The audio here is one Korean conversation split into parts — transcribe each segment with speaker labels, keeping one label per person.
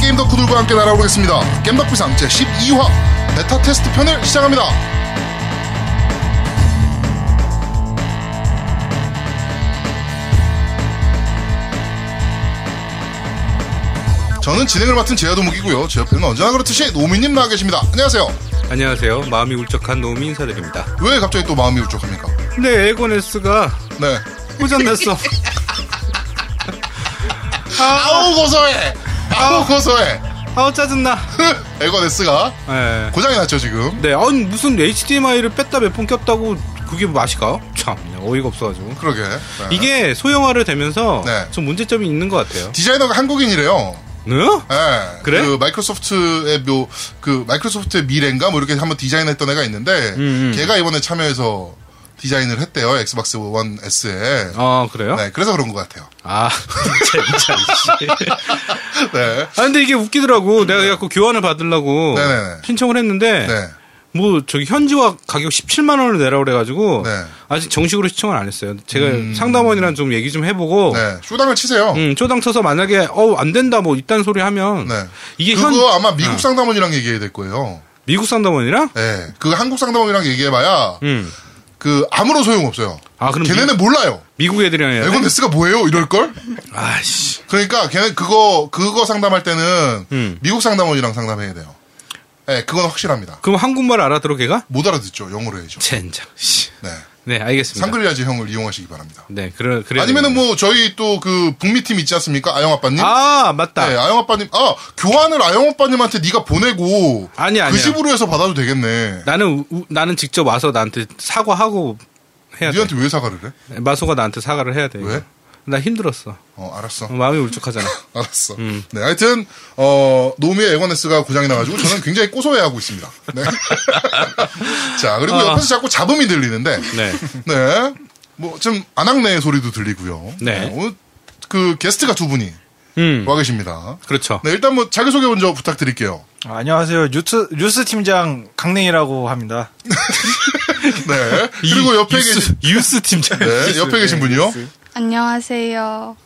Speaker 1: 게임 덕후 들과 함께 날아오르겠습니다. 게임 덕비상 제 12화 베타 테스트 편을 시작합니다. 저는 진행을 맡은 제야도목이고요. 제 옆에는 언제나 그렇듯이 노미님 나와 계십니다. 안녕하세요.
Speaker 2: 안녕하세요. 마음이 울적한 노미 인사드립니다.
Speaker 1: 왜 갑자기 또 마음이 울적합니까?
Speaker 2: 근데 네, 에고네스가
Speaker 1: 네.
Speaker 2: 고장났어.
Speaker 1: 아우 고소해. 아우 고소해.
Speaker 2: 아우 짜증나.
Speaker 1: 에거네스가
Speaker 2: 네.
Speaker 1: 고장이 났죠 지금.
Speaker 2: 네. 아니 무슨 HDMI를 뺐다 몇 번 꼈다고 그게 맛이가? 참 네, 어이가 없어가지고.
Speaker 1: 그러게. 네.
Speaker 2: 이게 소형화를 되면서
Speaker 1: 네.
Speaker 2: 좀 문제점이 있는 것 같아요.
Speaker 1: 디자이너가 한국인이래요.
Speaker 2: 네?
Speaker 1: 예.
Speaker 2: 그래?
Speaker 1: 그 마이크로소프트의 묘, 그 마이크로소프트의 미래인가 뭐 이렇게 한번 디자인했던 애가 있는데
Speaker 2: 음, 음.
Speaker 1: 걔가 이번에 참여해서 디자인을 했대요 엑스박스 원 S에.
Speaker 2: 아 그래요?
Speaker 1: 네, 그래서 그런 것 같아요.
Speaker 2: 아 진짜 씨.
Speaker 1: 네.
Speaker 2: 아 근데 이게 웃기더라고. 내가 그래갖고 교환을 받으려고
Speaker 1: 네네네.
Speaker 2: 신청을 했는데
Speaker 1: 네.
Speaker 2: 뭐 저기 현지화 가격 17만 원을 내라 그래가지고
Speaker 1: 네.
Speaker 2: 아직 정식으로 시청을 안 했어요. 제가 상담원이랑 좀 얘기 좀 해보고
Speaker 1: 네. 쇼당을 치세요.
Speaker 2: 어. 음, 쪼당 쳐서 만약에 어우 안 된다 뭐 이딴 소리 하면
Speaker 1: 네.
Speaker 2: 이게
Speaker 1: 그거
Speaker 2: 현 음.
Speaker 1: 아마 미국 상담원이랑 얘기해야 될 거예요.
Speaker 2: 미국 상담원이랑
Speaker 1: 네. 그 한국 상담원이랑 얘기해봐야
Speaker 2: 음.
Speaker 1: 그 아무런 소용 없어요.
Speaker 2: 아 그럼
Speaker 1: 걔네는 몰라요.
Speaker 2: 미, 국 애들이랑 해야 돼?
Speaker 1: 에고네스가 뭐예요? 이럴 걸?
Speaker 2: 아씨
Speaker 1: 그러니까 걔는 그거 그거 상담할 때는
Speaker 2: 음.
Speaker 1: 미국 상담원이랑 상담해야 돼요. 예, 그건 확실합니다.
Speaker 2: 그럼 한국말 알아들어 걔가?
Speaker 1: 못 알아듣죠. 영어로 해야죠.
Speaker 2: 젠장 씨.
Speaker 1: 네.
Speaker 2: 네 알겠습니다.
Speaker 1: 상글리아지 형을 이용하시기 바랍니다.
Speaker 2: 네 그래 그래
Speaker 1: 아니면은 뭐 저희 또 그 북미팀 있지 않습니까? 아영 아빠님.
Speaker 2: 아 맞다.
Speaker 1: 네, 아영 아빠님. 아, 교환을 아영 아빠님한테 네가 보내고
Speaker 2: 아니 아니
Speaker 1: 그 집으로 해서 받아도 되겠네.
Speaker 2: 나는 우- 나는 직접 와서 나한테 사과하고 해야 돼. 네,
Speaker 1: 니한테 왜 사과를 해?
Speaker 2: 마소가 나한테 사과를 해야 돼. 이거.
Speaker 1: 왜?
Speaker 2: 나 힘들었어.
Speaker 1: 어, 알았어.
Speaker 2: 어, 마음이 음. 울적하잖아.
Speaker 1: 알았어. 네, 하여튼 어 노미의 에고네스가 고장이 나가지고 저는 굉장히 고소해하고 있습니다. 네. 자 그리고
Speaker 2: 아.
Speaker 1: 옆에서 자꾸 잡음이 들리는데,
Speaker 2: 네.
Speaker 1: 네, 뭐좀 안악내 소리도 들리고요.
Speaker 2: 네.
Speaker 1: 오늘 그 게스트가 두 분이
Speaker 2: 음.
Speaker 1: 와 계십니다.
Speaker 2: 그렇죠.
Speaker 1: 네, 일단 뭐 자기 소개 먼저 부탁드릴게요.
Speaker 3: 아, 안녕하세요. 뉴스, 뉴스 팀장 강냉이라고 합니다.
Speaker 1: 네. 그리고 옆에 계신
Speaker 2: 유스 팀장.
Speaker 1: 네, 옆에 계신 분이요.
Speaker 4: 안녕하세요.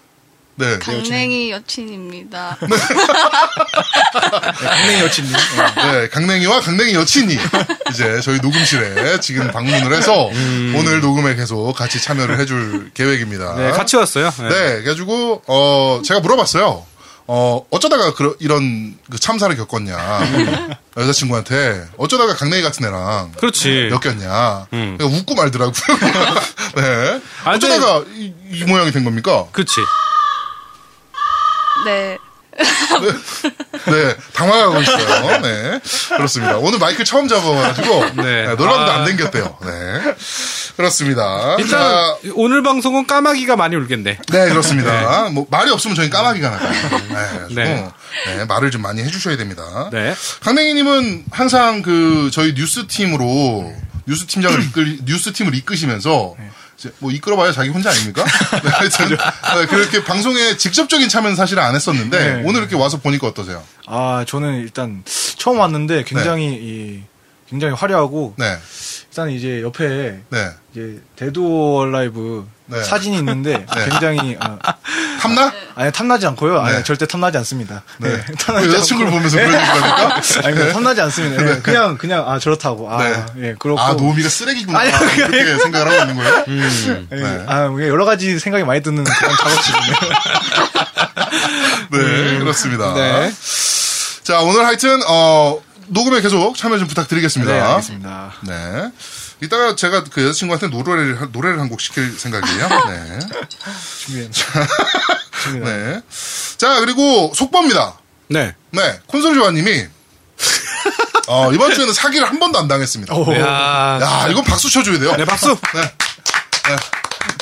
Speaker 1: 네.
Speaker 4: 강냉이 여친입니다.
Speaker 3: 강냉이 여친님. 어.
Speaker 1: 네, 강냉이와 강냉이 여친이 이제 저희 녹음실에 지금 방문을 해서 오늘 녹음에 계속 같이 참여를 해줄 계획입니다.
Speaker 2: 네, 같이 왔어요. 네.
Speaker 1: 네, 그래가지고 어 제가 물어봤어요. 어 어쩌다가 그런 이런 그 참사를 겪었냐 여자친구한테 어쩌다가 강냉이 같은 애랑 네.
Speaker 2: 그렇지.
Speaker 1: 엮였냐 그러니까 웃고 말더라고요. 네.
Speaker 2: 음. 아, 근데-
Speaker 1: 어쩌다가 이, 이 모양이 된 겁니까?
Speaker 2: 그렇지.
Speaker 4: 네.
Speaker 1: 네 당황하고 있어요. 네 그렇습니다. 오늘 마이크 처음 잡아가지고
Speaker 2: 네.
Speaker 1: 네, 노란도
Speaker 2: 아.
Speaker 1: 안 당겼대요. 네 그렇습니다.
Speaker 2: 일단
Speaker 1: 자,
Speaker 2: 오늘 방송은 까마귀가 많이 울겠네.
Speaker 1: 네, 그렇습니다. 뭐, 말이 없으면 저희 까마귀가 나가요. 네,
Speaker 2: 네.
Speaker 1: 네. 네, 말을 좀 많이 해주셔야 됩니다.
Speaker 2: 네.
Speaker 1: 강냉이님은 항상 그, 저희 뉴스팀으로,
Speaker 3: 음.
Speaker 1: 뉴스팀장을 이끌, 뉴스팀을 이끄시면서,
Speaker 3: 네.
Speaker 1: 이제 뭐, 이끌어봐야 자기 혼자 아닙니까? 네, 하여튼, 네, 그렇게 방송에 직접적인 참여는 사실은 안 했었는데,
Speaker 3: 아, 네.
Speaker 1: 오늘 이렇게 와서 보니까 어떠세요?
Speaker 3: 아, 저는 일단 처음 왔는데 굉장히 이, 굉장히 화려하고
Speaker 1: 네,
Speaker 3: 일단 이제 옆에
Speaker 1: 네.
Speaker 3: 이제 데드월 라이브
Speaker 1: 네.
Speaker 3: 사진이 있는데 굉장히 어,
Speaker 1: 탐나?
Speaker 3: 아니 탐나지 않고요. 아니
Speaker 1: 네.
Speaker 3: 절대 탐나지 않습니다.
Speaker 1: 네.
Speaker 3: 네,
Speaker 5: 아,
Speaker 1: 왜 여자친구를 보면서 그런 얘기합니까?
Speaker 3: 아니 그냥 탐나지 않습니다. 네, 그냥 그냥 아 저렇다고. 아,
Speaker 1: 네.
Speaker 3: 예, 그렇고.
Speaker 1: 아, 노미가 쓰레기구나.
Speaker 3: 아니,
Speaker 1: 이렇게 생각을 하고 있는 거예요? 네.
Speaker 3: 예, 아, 이게 여러 가지 생각이 많이 드는 그런 작업실이네요.
Speaker 1: 네, 그렇습니다.
Speaker 3: 네.
Speaker 1: 자, 오늘 하여튼, 어, 녹음에 계속 참여 좀 부탁드리겠습니다.
Speaker 3: 네, 알겠습니다.
Speaker 1: 네. 이따가 제가 그 여자친구한테 노래를, 한- 노래를 한 곡 시킬 생각이에요. 네.
Speaker 3: 준비해.
Speaker 1: 네. 자, 그리고 속보입니다.
Speaker 2: 네.
Speaker 1: 네. 콘솔 조아님이, 어, 이번 주에는 사기를 한 번도 안 당했습니다.
Speaker 2: 네. 야.
Speaker 1: 야, 이건 박수 쳐줘야 돼요.
Speaker 2: 어, 네, 박수.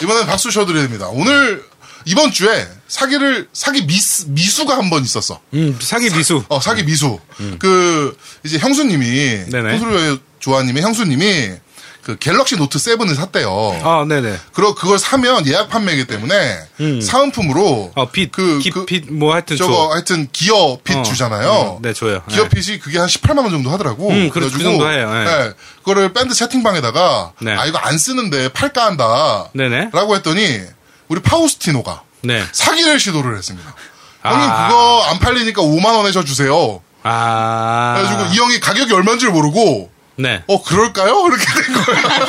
Speaker 1: 이번엔 박수 쳐드려야 됩니다. 오늘, 이번 주에 사기를, 사기 미스, 미수가 한 번 있었어.
Speaker 2: 음, 사기 미수.
Speaker 1: 어, 사기 미수. 그, 이제 형수님이,
Speaker 2: 네네.
Speaker 1: 콘솔 조아님의 형수님이, 그 갤럭시 노트 7을 샀대요.
Speaker 2: 아, 네, 네.
Speaker 1: 그러 그걸 사면 예약 판매이기 때문에 사은품으로
Speaker 2: 음. 어, 빛,
Speaker 1: 그,
Speaker 2: 깃,
Speaker 1: 그
Speaker 2: 빛, 뭐 하여튼
Speaker 1: 저거
Speaker 2: 줘.
Speaker 1: 하여튼 기어 핏
Speaker 2: 어,
Speaker 1: 주잖아요.
Speaker 2: 음, 네, 줘요.
Speaker 1: 기어
Speaker 2: 네.
Speaker 1: 핏이 그게 한 18만 원 정도 하더라고.
Speaker 2: 음, 그렇- 그 정도 해요. 네.
Speaker 1: 그거를 밴드 채팅방에다가
Speaker 2: 네.
Speaker 1: 아 이거 안 쓰는데 팔까 한다.
Speaker 2: 네네.
Speaker 1: 라고 했더니 우리 파우스티노가
Speaker 2: 네.
Speaker 1: 사기를 시도를 했습니다. 형님
Speaker 2: 아.
Speaker 1: 그거 안 팔리니까 5만 원에 저 주세요.
Speaker 2: 아.
Speaker 1: 그래가지고 이 형이 가격이 얼마인 줄 모르고
Speaker 2: 네.
Speaker 1: 어 그럴까요? 이렇게 된 거예요.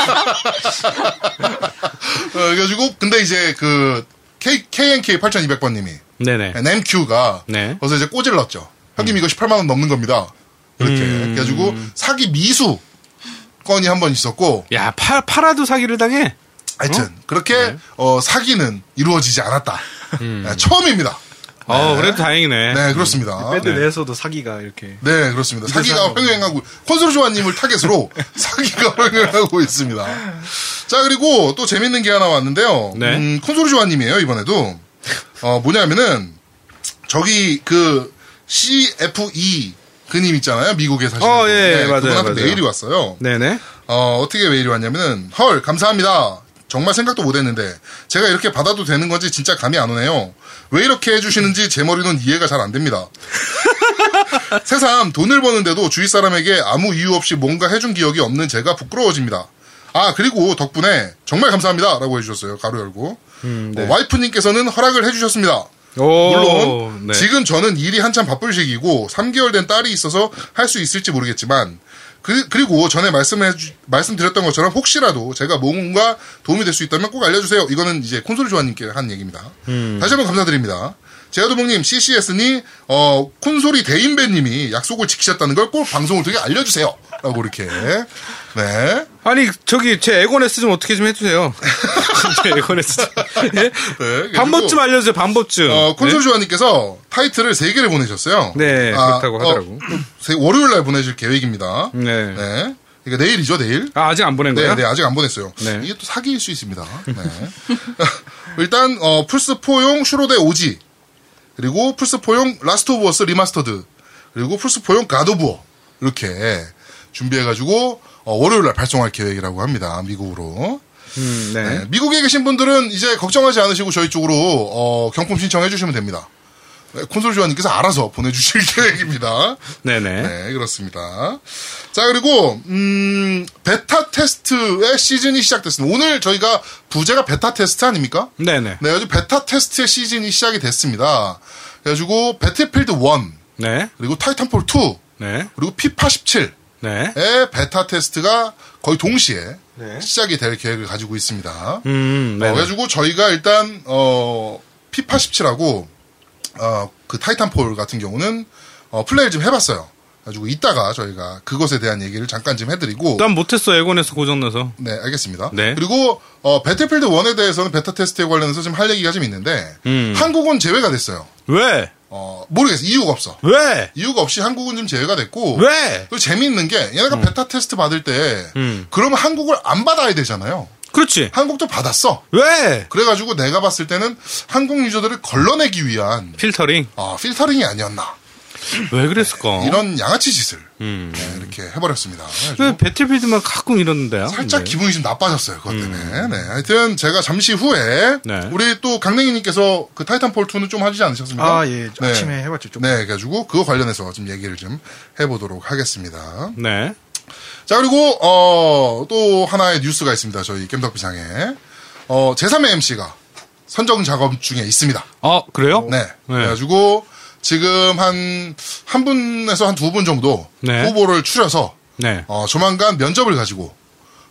Speaker 1: 어, 그래가지고 근데 이제 그 K, KNK 8200번님이
Speaker 2: 네네.
Speaker 1: NMQ가
Speaker 2: 네.
Speaker 1: 그래서 이제 꼬질렀죠. 형님 이거 18만 원 넘는 겁니다. 이렇게
Speaker 2: 음.
Speaker 1: 그래가지고 사기 미수 건이 한 번 있었고
Speaker 2: 야, 팔, 팔아도 사기를 당해?
Speaker 1: 하여튼 그렇게
Speaker 2: 네.
Speaker 1: 어, 사기는 이루어지지 않았다. 네, 처음입니다.
Speaker 2: 어, 그래도 다행이네.
Speaker 1: 네 그렇습니다.
Speaker 5: 음.
Speaker 3: 밴드
Speaker 1: 네.
Speaker 3: 내에서도 사기가 이렇게
Speaker 1: 그렇습니다. 사기가
Speaker 3: 세상에.
Speaker 1: 횡행하고 콘솔 조아님을 타겟으로 사기가 횡행하고 있습니다. 자 그리고 또 재밌는 게 하나 왔는데요.
Speaker 2: 네.
Speaker 1: 음, 콘솔 조아님이에요 이번에도 어, 뭐냐면은 저기 그 CFE 그님 있잖아요 미국에 사시는
Speaker 2: 어,
Speaker 1: 분. 네,
Speaker 2: 예, 예, 맞아요,
Speaker 1: 그분한테
Speaker 2: 맞아요.
Speaker 1: 메일이 왔어요.
Speaker 2: 네네.
Speaker 1: 어, 어떻게 메일이 왔냐면은, 헐, 감사합니다. 정말 생각도 못 했는데, 제가 이렇게 받아도 되는 건지 진짜 감이 안 오네요. 왜 이렇게 해주시는지 제 머리는 이해가 잘 안 됩니다. 새삼 돈을 버는데도 주위 사람에게 아무 이유 없이 뭔가 해준 기억이 없는 제가 부끄러워집니다. 아, 그리고 덕분에 정말 감사합니다. 라고 해주셨어요. 가로 열고. 어, 와이프님께서는 허락을 해주셨습니다.
Speaker 2: 오,
Speaker 1: 물론
Speaker 2: 네.
Speaker 1: 지금 저는 일이 한참 바쁠 시기고 3개월 된 딸이 있어서 할 수 있을지 모르겠지만 그, 리고 전에 말씀해 주- 말씀드렸던 것처럼 혹시라도 제가 뭔가 도움이 될 수 있다면 꼭 알려주세요. 이거는 이제 콘솔 조아님께 한 얘기입니다.
Speaker 2: 음.
Speaker 1: 다시 한번 감사드립니다. 제아도봉님 CCS니 어, 콘솔이 대인배님이 약속을 지키셨다는 걸 꼭 방송을 통해 알려주세요. 라고 이렇게 네
Speaker 2: 아니, 저기, 제 에고네스 좀 어떻게 좀 해주세요. 제 에고네스 좀. 예?
Speaker 1: 그리고-
Speaker 2: 반법쯤 알려주세요, 반법쯤.
Speaker 1: 어, 콘솔 조아님께서 타이틀을 3개를 아, 보내셨어요.
Speaker 2: 네, 그렇다고 하더라고.
Speaker 1: 월요일 날 보내실 계획입니다.
Speaker 2: 네. 네.
Speaker 1: 네. 그러니까 내일이죠, 내일.
Speaker 2: 아, 아직 안 보낸
Speaker 1: 네,
Speaker 2: 거야?
Speaker 1: 네, 아직 안 보냈어요.
Speaker 2: 네.
Speaker 1: 이게 또 사기일 수 있습니다. 네. 일단, 어, 플스4용 슈로데 오지. 그리고 플스4용 라스트 오브 어스 리마스터드. 그리고 플스4용 가드 오브 워. 이렇게 준비해가지고, 어, 월요일 날 발송할 계획이라고 합니다. 미국으로.
Speaker 2: 음, 네.
Speaker 1: 네, 미국에 계신 분들은 이제 걱정하지 않으시고 저희 쪽으로 어, 경품 신청해 주시면 됩니다. 네, 콘솔 조아님께서 알아서 보내주실 계획입니다.
Speaker 2: 네네.
Speaker 1: 네, 그렇습니다. 자, 그리고, 음, 베타 테스트의 시즌이 시작됐습니다. 오늘 저희가 부제가 베타 테스트 아닙니까?
Speaker 2: 네네.
Speaker 1: 네, 아주 베타 테스트의 시즌이 시작이 됐습니다. 그래가지고, 배틀필드 1,
Speaker 2: 네.
Speaker 1: 그리고 타이탄폴 2,
Speaker 2: 네.
Speaker 1: 그리고 피파 17의
Speaker 2: 네.
Speaker 1: 베타 테스트가 거의 동시에 시작이 될 계획을 가지고 있습니다.
Speaker 2: 음,
Speaker 1: 어,
Speaker 2: 네.
Speaker 1: 그래가지고 저희가 일단 어 피파 17하고 어그 타이탄폴 같은 경우는 어 플레이를 좀 해봤어요. 가지고 이따가 저희가 그것에 대한 얘기를 잠깐 좀 해드리고
Speaker 2: 난 못했어, 에고네스 고장나서.
Speaker 1: 네 알겠습니다.
Speaker 2: 네.
Speaker 1: 그리고 어 배틀필드 1에 대해서는 베타 테스트에 관련해서 좀 할 얘기가 좀 있는데
Speaker 2: 음.
Speaker 1: 한국은 제외가 됐어요.
Speaker 2: 왜?
Speaker 1: 어 모르겠어 이유가 없어.
Speaker 2: 왜?
Speaker 1: 이유가 없이 한국은 좀 제외가 됐고
Speaker 2: 왜?
Speaker 1: 또 재미있는 게 얘네가 베타 테스트 받을 때
Speaker 2: 음.
Speaker 1: 그러면 한국을 안 받아야 되잖아요.
Speaker 2: 그렇지.
Speaker 1: 한국도 받았어.
Speaker 2: 왜?
Speaker 1: 그래가지고 내가 봤을 때는 한국 유저들을 걸러내기 위한
Speaker 2: 필터링.
Speaker 1: 어, 필터링이 아니었나
Speaker 2: 왜 그랬을까?
Speaker 1: 네. 이런 양아치 짓을
Speaker 2: 어? 음.
Speaker 1: 네, 이렇게 해버렸습니다.
Speaker 2: 왜 배틀필드만 가끔 이러는데요?
Speaker 1: 살짝
Speaker 2: 네. 음.
Speaker 1: 기분이 좀 나빠졌어요 그것 때문에. 네, 하여튼 제가 잠시 후에
Speaker 2: 네.
Speaker 1: 우리 또 강냉이님께서 그 타이탄폴 2는 좀 하지 않으셨습니까?
Speaker 3: 아, 예.
Speaker 1: 네.
Speaker 3: 아침에 해봤죠. 좀.
Speaker 1: 네, 그래가지고 그거 관련해서 좀 얘기를 좀 해보도록 하겠습니다.
Speaker 2: 네.
Speaker 1: 자 그리고 어, 또 하나의 뉴스가 있습니다. 저희 겜덕비상에 어, 제3의 MC가 선정 작업 중에 있습니다.
Speaker 2: 아, 그래요?
Speaker 1: 네. 그래가지고 지금 한, 한 분에서 한 두 분 정도
Speaker 2: 네.
Speaker 1: 후보를 추려서
Speaker 2: 네.
Speaker 1: 어, 조만간 면접을 가지고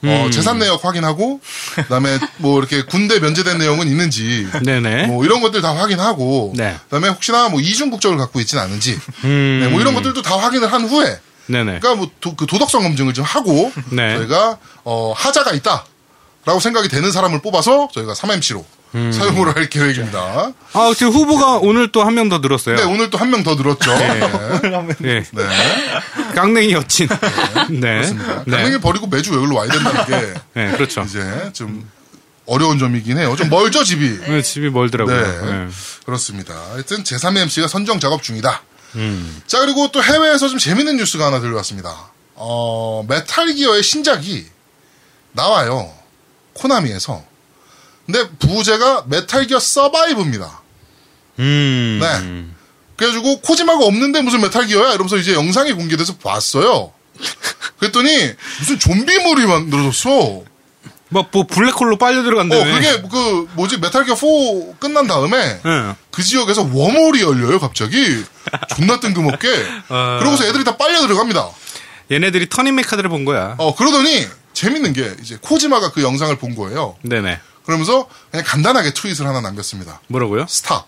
Speaker 2: 음.
Speaker 1: 어, 재산 내역 확인하고 그다음에 뭐 이렇게 군대 면제된 내용은 있는지
Speaker 2: 네네.
Speaker 1: 뭐 이런 것들 다 확인하고
Speaker 2: 네.
Speaker 1: 그다음에 혹시나 뭐 이중 국적을 갖고 있지는 않은지
Speaker 2: 음.
Speaker 1: 네, 뭐 이런 것들도 다 확인을 한 후에
Speaker 2: 네네.
Speaker 1: 그러니까 뭐 도, 그 도덕성 검증을 좀 하고
Speaker 2: 네.
Speaker 1: 저희가 어, 하자가 있다라고 생각이 되는 사람을 뽑아서 저희가 3MC로
Speaker 2: 음.
Speaker 1: 사용을 할 계획입니다.
Speaker 2: 아, 지금 후보가 오늘 또 한 명 더 늘었어요.
Speaker 1: 네, 오늘 또 한 명 더 늘었죠. 네.
Speaker 2: 예.
Speaker 1: 네.
Speaker 2: 강냉이 여친. 네.
Speaker 1: 그렇습니다. 강릉에
Speaker 2: 네.
Speaker 1: 버리고 매주 외울로 와야 된다는 게
Speaker 2: 네, 그렇죠.
Speaker 1: 이제 좀 어려운 점이긴 해요. 좀 멀죠, 집이.
Speaker 2: 네, 집이 멀더라고요.
Speaker 1: 네.
Speaker 2: 네.
Speaker 1: 그렇습니다. 하여튼 제3의 MC가 선정 작업 중이다. 자, 그리고 또 해외에서 좀 재밌는 뉴스가 하나 들려왔습니다. 어, 메탈 기어의 신작이 나와요. 코나미에서. 근데 부제가 메탈 기어 서바이브입니다.
Speaker 2: 음.
Speaker 1: 네. 그래가지고 코지마가 없는데 무슨 메탈 기어야 이러면서 이제 영상이 공개돼서 봤어요. 그랬더니 무슨 좀비물이 만들어졌어.
Speaker 2: 막 뭐 블랙홀로 빨려 들어간다며.
Speaker 1: 어, 그게 그 뭐지 메탈 기어 4 끝난 다음에
Speaker 2: 예.
Speaker 1: 그 지역에서 웜홀이 열려요 갑자기 존나 뜬금없게
Speaker 2: 어.
Speaker 1: 그러고서 애들이 다 빨려 들어갑니다.
Speaker 2: 얘네들이 터닝 메카드를 본 거야.
Speaker 1: 어 그러더니 재밌는 게 이제 코지마가 그 영상을 본 거예요.
Speaker 2: 네네.
Speaker 1: 그러면서 그냥 간단하게 트윗을 하나 남겼습니다.
Speaker 2: 뭐라고요?
Speaker 1: 스탑.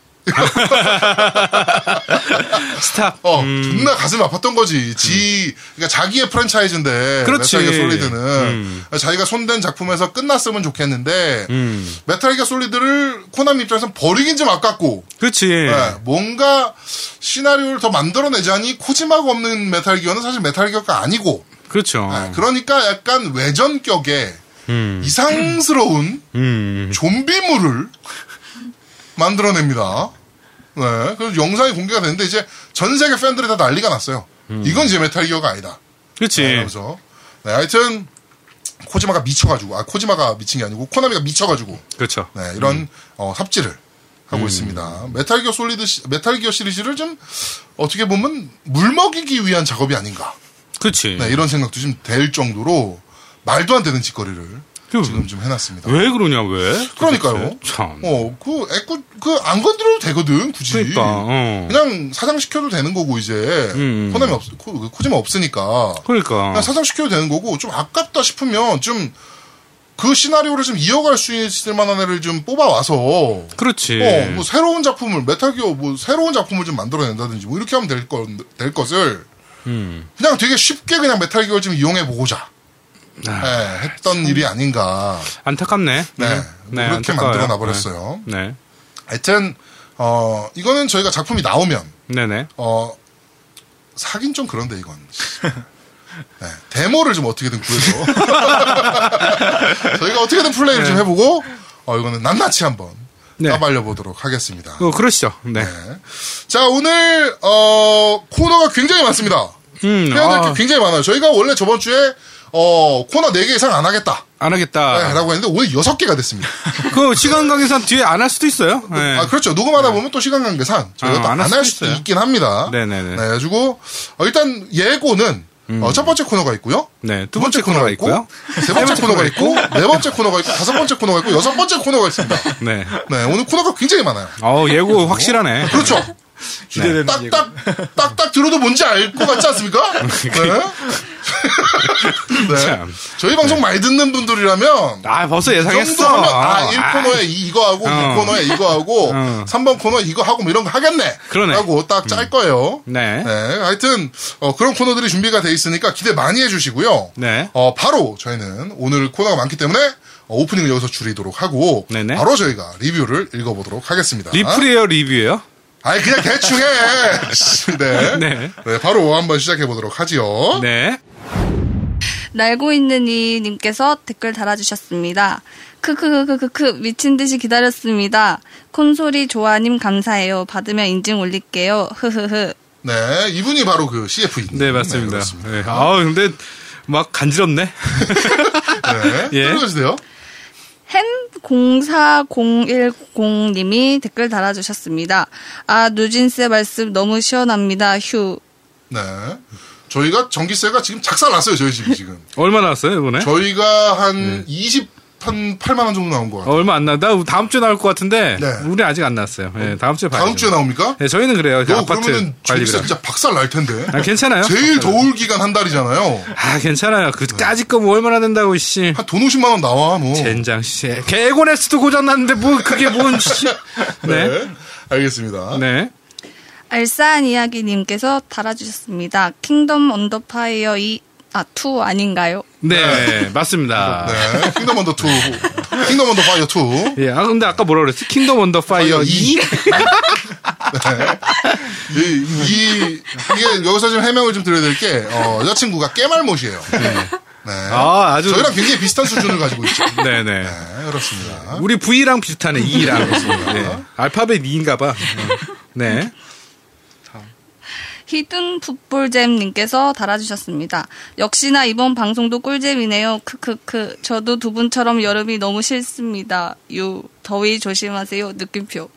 Speaker 2: 스탑.
Speaker 1: 어, 존나 가슴 아팠던 거지. 지, 그러니까 자기의 프랜차이즈인데.
Speaker 2: 그렇지.
Speaker 1: 메탈 기어 솔리드는.
Speaker 2: 음.
Speaker 1: 자기가 손댄 작품에서 끝났으면 좋겠는데.
Speaker 2: 음.
Speaker 1: 메탈 기어 솔리드를 코나미 입장에서는 버리긴 좀 아깝고.
Speaker 2: 그렇지.
Speaker 1: 예, 뭔가 시나리오를 더 만들어내자니 코지마가 없는 메탈 기어는 사실 메탈 기어가 아니고.
Speaker 2: 그렇죠.
Speaker 1: 예, 그러니까 약간 외전격의
Speaker 2: 음.
Speaker 1: 이상스러운
Speaker 2: 음.
Speaker 1: 좀비물을 만들어냅니다. 네. 그래서 영상이 공개가 됐는데 이제 전 세계 팬들이 다 난리가 났어요. 이건 이제 메탈 기어가 아니다.
Speaker 2: 그렇지.
Speaker 1: 네, 그래서 네, 하여튼 코지마가 미쳐가지고 아 코지마가 미친 게 아니고 코나미가 미쳐가지고
Speaker 2: 그렇죠.
Speaker 1: 네, 이런 어, 삽질을 하고 있습니다. 메탈 기어 솔리드 시- 메탈 기어 시리즈를 좀 어떻게 보면 물 먹이기 위한 작업이 아닌가.
Speaker 2: 그렇지.
Speaker 1: 네, 이런 생각도 좀 될 정도로 말도 안 되는 짓거리를
Speaker 2: 그-
Speaker 1: 지금 좀 해놨습니다.
Speaker 2: 왜 그러냐 왜?
Speaker 1: 그러니까요.
Speaker 2: 도대체. 참.
Speaker 1: 어, 그, 애꾸, 그, 안 건드려도 되거든, 굳이.
Speaker 2: 그러니까. 어.
Speaker 1: 냥 사장시켜도 되는 거고, 이제.
Speaker 2: 음.
Speaker 1: 코나미 없, 코, 코지마 없으니까.
Speaker 2: 그러니까.
Speaker 1: 그냥 사장시켜도 되는 거고, 좀 아깝다 싶으면, 좀, 그 시나리오를 좀 이어갈 수 있을 만한 애를 좀 뽑아와서.
Speaker 2: 그렇지.
Speaker 1: 어, 뭐, 새로운 작품을, 메탈기어, 뭐, 새로운 작품을 좀 만들어낸다든지, 뭐, 이렇게 하면 될 건, 될 것을,
Speaker 2: 음.
Speaker 1: 그냥 되게 쉽게 그냥 메탈기어를 좀 이용해보고자.
Speaker 2: 아,
Speaker 1: 예, 했던 일이 아닌가.
Speaker 2: 안타깝네.
Speaker 1: 네. 뭐 그렇게
Speaker 2: 안타까워요.
Speaker 1: 만들어놔버렸어요.
Speaker 2: 네.
Speaker 1: 하여튼 어 이거는 저희가 작품이 나오면
Speaker 2: 네. 네네.
Speaker 1: 어 사긴 좀 그런데 이건 네, 데모를 좀 어떻게든 구해서 저희가 어떻게든 플레이를 좀 해보고 어 이거는 낱낱이 한번
Speaker 2: 네.
Speaker 1: 까발려 보도록 하겠습니다.
Speaker 2: 어, 그러시죠. 네.
Speaker 1: 네. 자 오늘 어 코너가 굉장히 많습니다.
Speaker 2: 음,
Speaker 1: 해야 될
Speaker 2: 아.
Speaker 1: 게 굉장히 많아요. 저희가 원래 저번 주에 어 코너 4개 이상 안 하겠다. 네,
Speaker 2: 안 하겠다.
Speaker 1: 라고 했는데 오늘 6개가 됐습니다.
Speaker 2: 그 시간 관계상 뒤에 안 할 수도 있어요. 네.
Speaker 1: 아, 그렇죠. 녹음하다 보면 또 시간 관계상 저희가
Speaker 2: 아, 안
Speaker 1: 또
Speaker 2: 할
Speaker 1: 안 할
Speaker 2: 수도
Speaker 1: 수도
Speaker 2: 있어요.
Speaker 1: 있긴 합니다.
Speaker 2: 네네네. 음.
Speaker 1: 그래가지고 어, 일단 예고는 어, 첫 번째 코너가 있고요.
Speaker 2: 네, 두 번째 코너가 있고요.
Speaker 1: 세 번째 코너가 있고, 네 번째 코너가 있고, 다섯 번째 코너가 있고, 여섯 번째 코너가 있습니다.
Speaker 2: 네.
Speaker 1: 네, 오늘 코너가 굉장히 많아요.
Speaker 2: 어, 예고 확실하네.
Speaker 1: 그렇죠.
Speaker 3: 기대되는 예고.
Speaker 1: 딱딱 딱딱 들어도 뭔지 알 것 같지 않습니까? 네. 네.
Speaker 2: 참.
Speaker 1: 저희 방송 많이 듣는 분들이라면
Speaker 2: 아, 벌써
Speaker 1: 정도
Speaker 2: 예상했어.
Speaker 1: 하면 아,
Speaker 2: 아,
Speaker 1: 1코너에 이거 하고 이
Speaker 2: 어.
Speaker 1: 2코너에 이거 하고
Speaker 2: 어.
Speaker 1: 3번 코너 이거 하고 뭐 이런 거 하겠네.
Speaker 2: 그러네.
Speaker 1: 라고 딱 짤 거예요.
Speaker 2: 네.
Speaker 1: 하여튼 어, 그런 코너들이 준비가 돼 있으니까 기대 많이 해 주시고요.
Speaker 2: 네.
Speaker 1: 어, 바로 저희는 오늘 코너가 많기 때문에 어, 오프닝을 여기서 줄이도록 하고
Speaker 2: 네네.
Speaker 1: 바로 저희가 리뷰를 읽어 보도록 하겠습니다.
Speaker 2: 아, 리플이에요, 리뷰예요?
Speaker 1: 아니 그냥 대충 해. 씨, 네.
Speaker 2: 네.
Speaker 1: 네, 바로 한번 시작해 보도록 하지요.
Speaker 2: 네.
Speaker 4: 날고 있는 이님께서 댓글 달아주셨습니다. 크크크크크크 미친 듯이 기다렸습니다. 콘솔이 조아님 감사해요. 받으면 인증 올릴게요. 흐흐흐.
Speaker 1: 네, 이분이 바로 그 CF 인.
Speaker 2: 네, 맞습니다.
Speaker 1: 그렇습니다.
Speaker 2: 네. 아, 근데 막 간지럽네.
Speaker 1: 네.
Speaker 2: 예.
Speaker 1: 들어가주세요.
Speaker 4: 햄0401님이 댓글 달아주셨습니다. 아 누진세 말씀 너무 시원합니다. 휴.
Speaker 1: 네. 저희가 전기세가 지금 작살 났어요, 저희 집이 지금.
Speaker 2: 얼마 나왔어요, 이번에?
Speaker 1: 저희가
Speaker 2: 네.
Speaker 1: 한 20, 한 8만원 정도 나온 것
Speaker 2: 어,
Speaker 1: 같아요.
Speaker 2: 얼마 안 나. 나 다음 주에 나올 것 같은데
Speaker 1: 네.
Speaker 2: 우리 아직 안 나왔어요. 예, 다음 주에 봐요.
Speaker 1: 다음 주에 나옵니까?
Speaker 2: 네, 저희는 그래요. 그
Speaker 1: 너
Speaker 2: 아파트
Speaker 1: 그러면은 전기세
Speaker 2: 관리비라.
Speaker 1: 진짜 박살 날 텐데.
Speaker 2: 아, 괜찮아요.
Speaker 1: 제일 더울 기간 한 달이잖아요.
Speaker 2: 아, 괜찮아요. 그까짓 거뭐 얼마나 된다고 씨.
Speaker 1: 한 어. 돈 50만원 나와, 뭐.
Speaker 2: 젠장 씨. 개고네스도 고장 났는데 뭐 그게 뭔 씨.
Speaker 1: 네.
Speaker 2: 네.
Speaker 1: 알겠습니다.
Speaker 2: 네.
Speaker 4: 알싸한 이야기님께서 달아주셨습니다. 킹덤 언더파이어 2, 아, 2 아닌가요?
Speaker 2: 네, 맞습니다.
Speaker 1: 네. 킹덤 언더 2. 킹덤 언더 파이어 2.
Speaker 2: 예, 아 근데 아까 뭐라 그랬어? 킹덤 언더 파이어
Speaker 1: 파이어
Speaker 2: 2.
Speaker 1: 네. 이. 이, 이, 이게 여기서 좀 해명을 좀 드려야 될 게, 어, 여자친구가 깨말못이에요. 네.
Speaker 2: 아, 아주
Speaker 1: 저희랑 굉장히 비슷한 수준을 가지고 있죠.
Speaker 2: 네, 네.
Speaker 1: 네, 그렇습니다.
Speaker 2: 우리 V랑 비슷하네. 2랑. 네. 알파벳 2인가 봐. 네.
Speaker 4: 히든 풋볼잼님께서 달아주셨습니다. 역시나 이번 방송도 꿀잼이네요. 크크크. 저도 두 분처럼 여름이 너무 싫습니다. 유. 더위 조심하세요. 느낌표.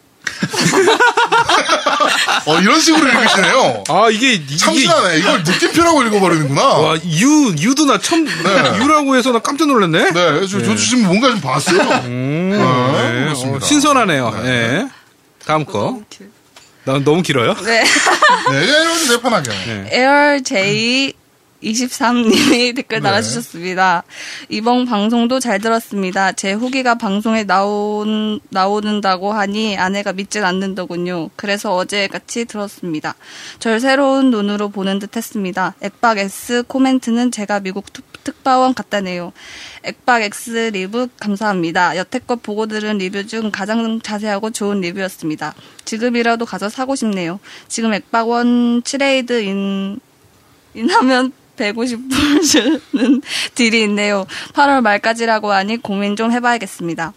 Speaker 1: 어, 이런 식으로 읽으시네요.
Speaker 2: 아 이게 이게
Speaker 1: 참신하네. 이걸 느낌표라고 읽어버리는구나.
Speaker 2: 와 유, 유도 나 처음 유라고 해서 나 깜짝 놀랐네.
Speaker 1: 네, 저, 저 지금 뭔가 좀 봤어요. 네,
Speaker 2: 예. 음, 어,
Speaker 1: 그렇습니다.
Speaker 2: 신선하네요. 예. 다음 거. 난 너무 길어요.
Speaker 4: 네.
Speaker 1: 네, 이러면 돼, 편하게.
Speaker 4: 에어제이 23님이 댓글 달아주셨습니다. 이번 방송도 잘 들었습니다. 제 후기가 방송에 나온, 나오는다고 하니 아내가 믿진 않는더군요. 그래서 어제 같이 들었습니다. 절 새로운 눈으로 보는 듯 했습니다. 액박 S 코멘트는 제가 미국 특- 특파원 같다네요. 액박 X 리뷰 감사합니다. 여태껏 보고 들은 리뷰 중 가장 자세하고 좋은 리뷰였습니다. 지금이라도 가서 사고 싶네요. 지금 액박원 트레이드인 인하면 150불 주는 딜이 있네요. 8월 말까지라고 하니 고민 좀 해봐야겠습니다.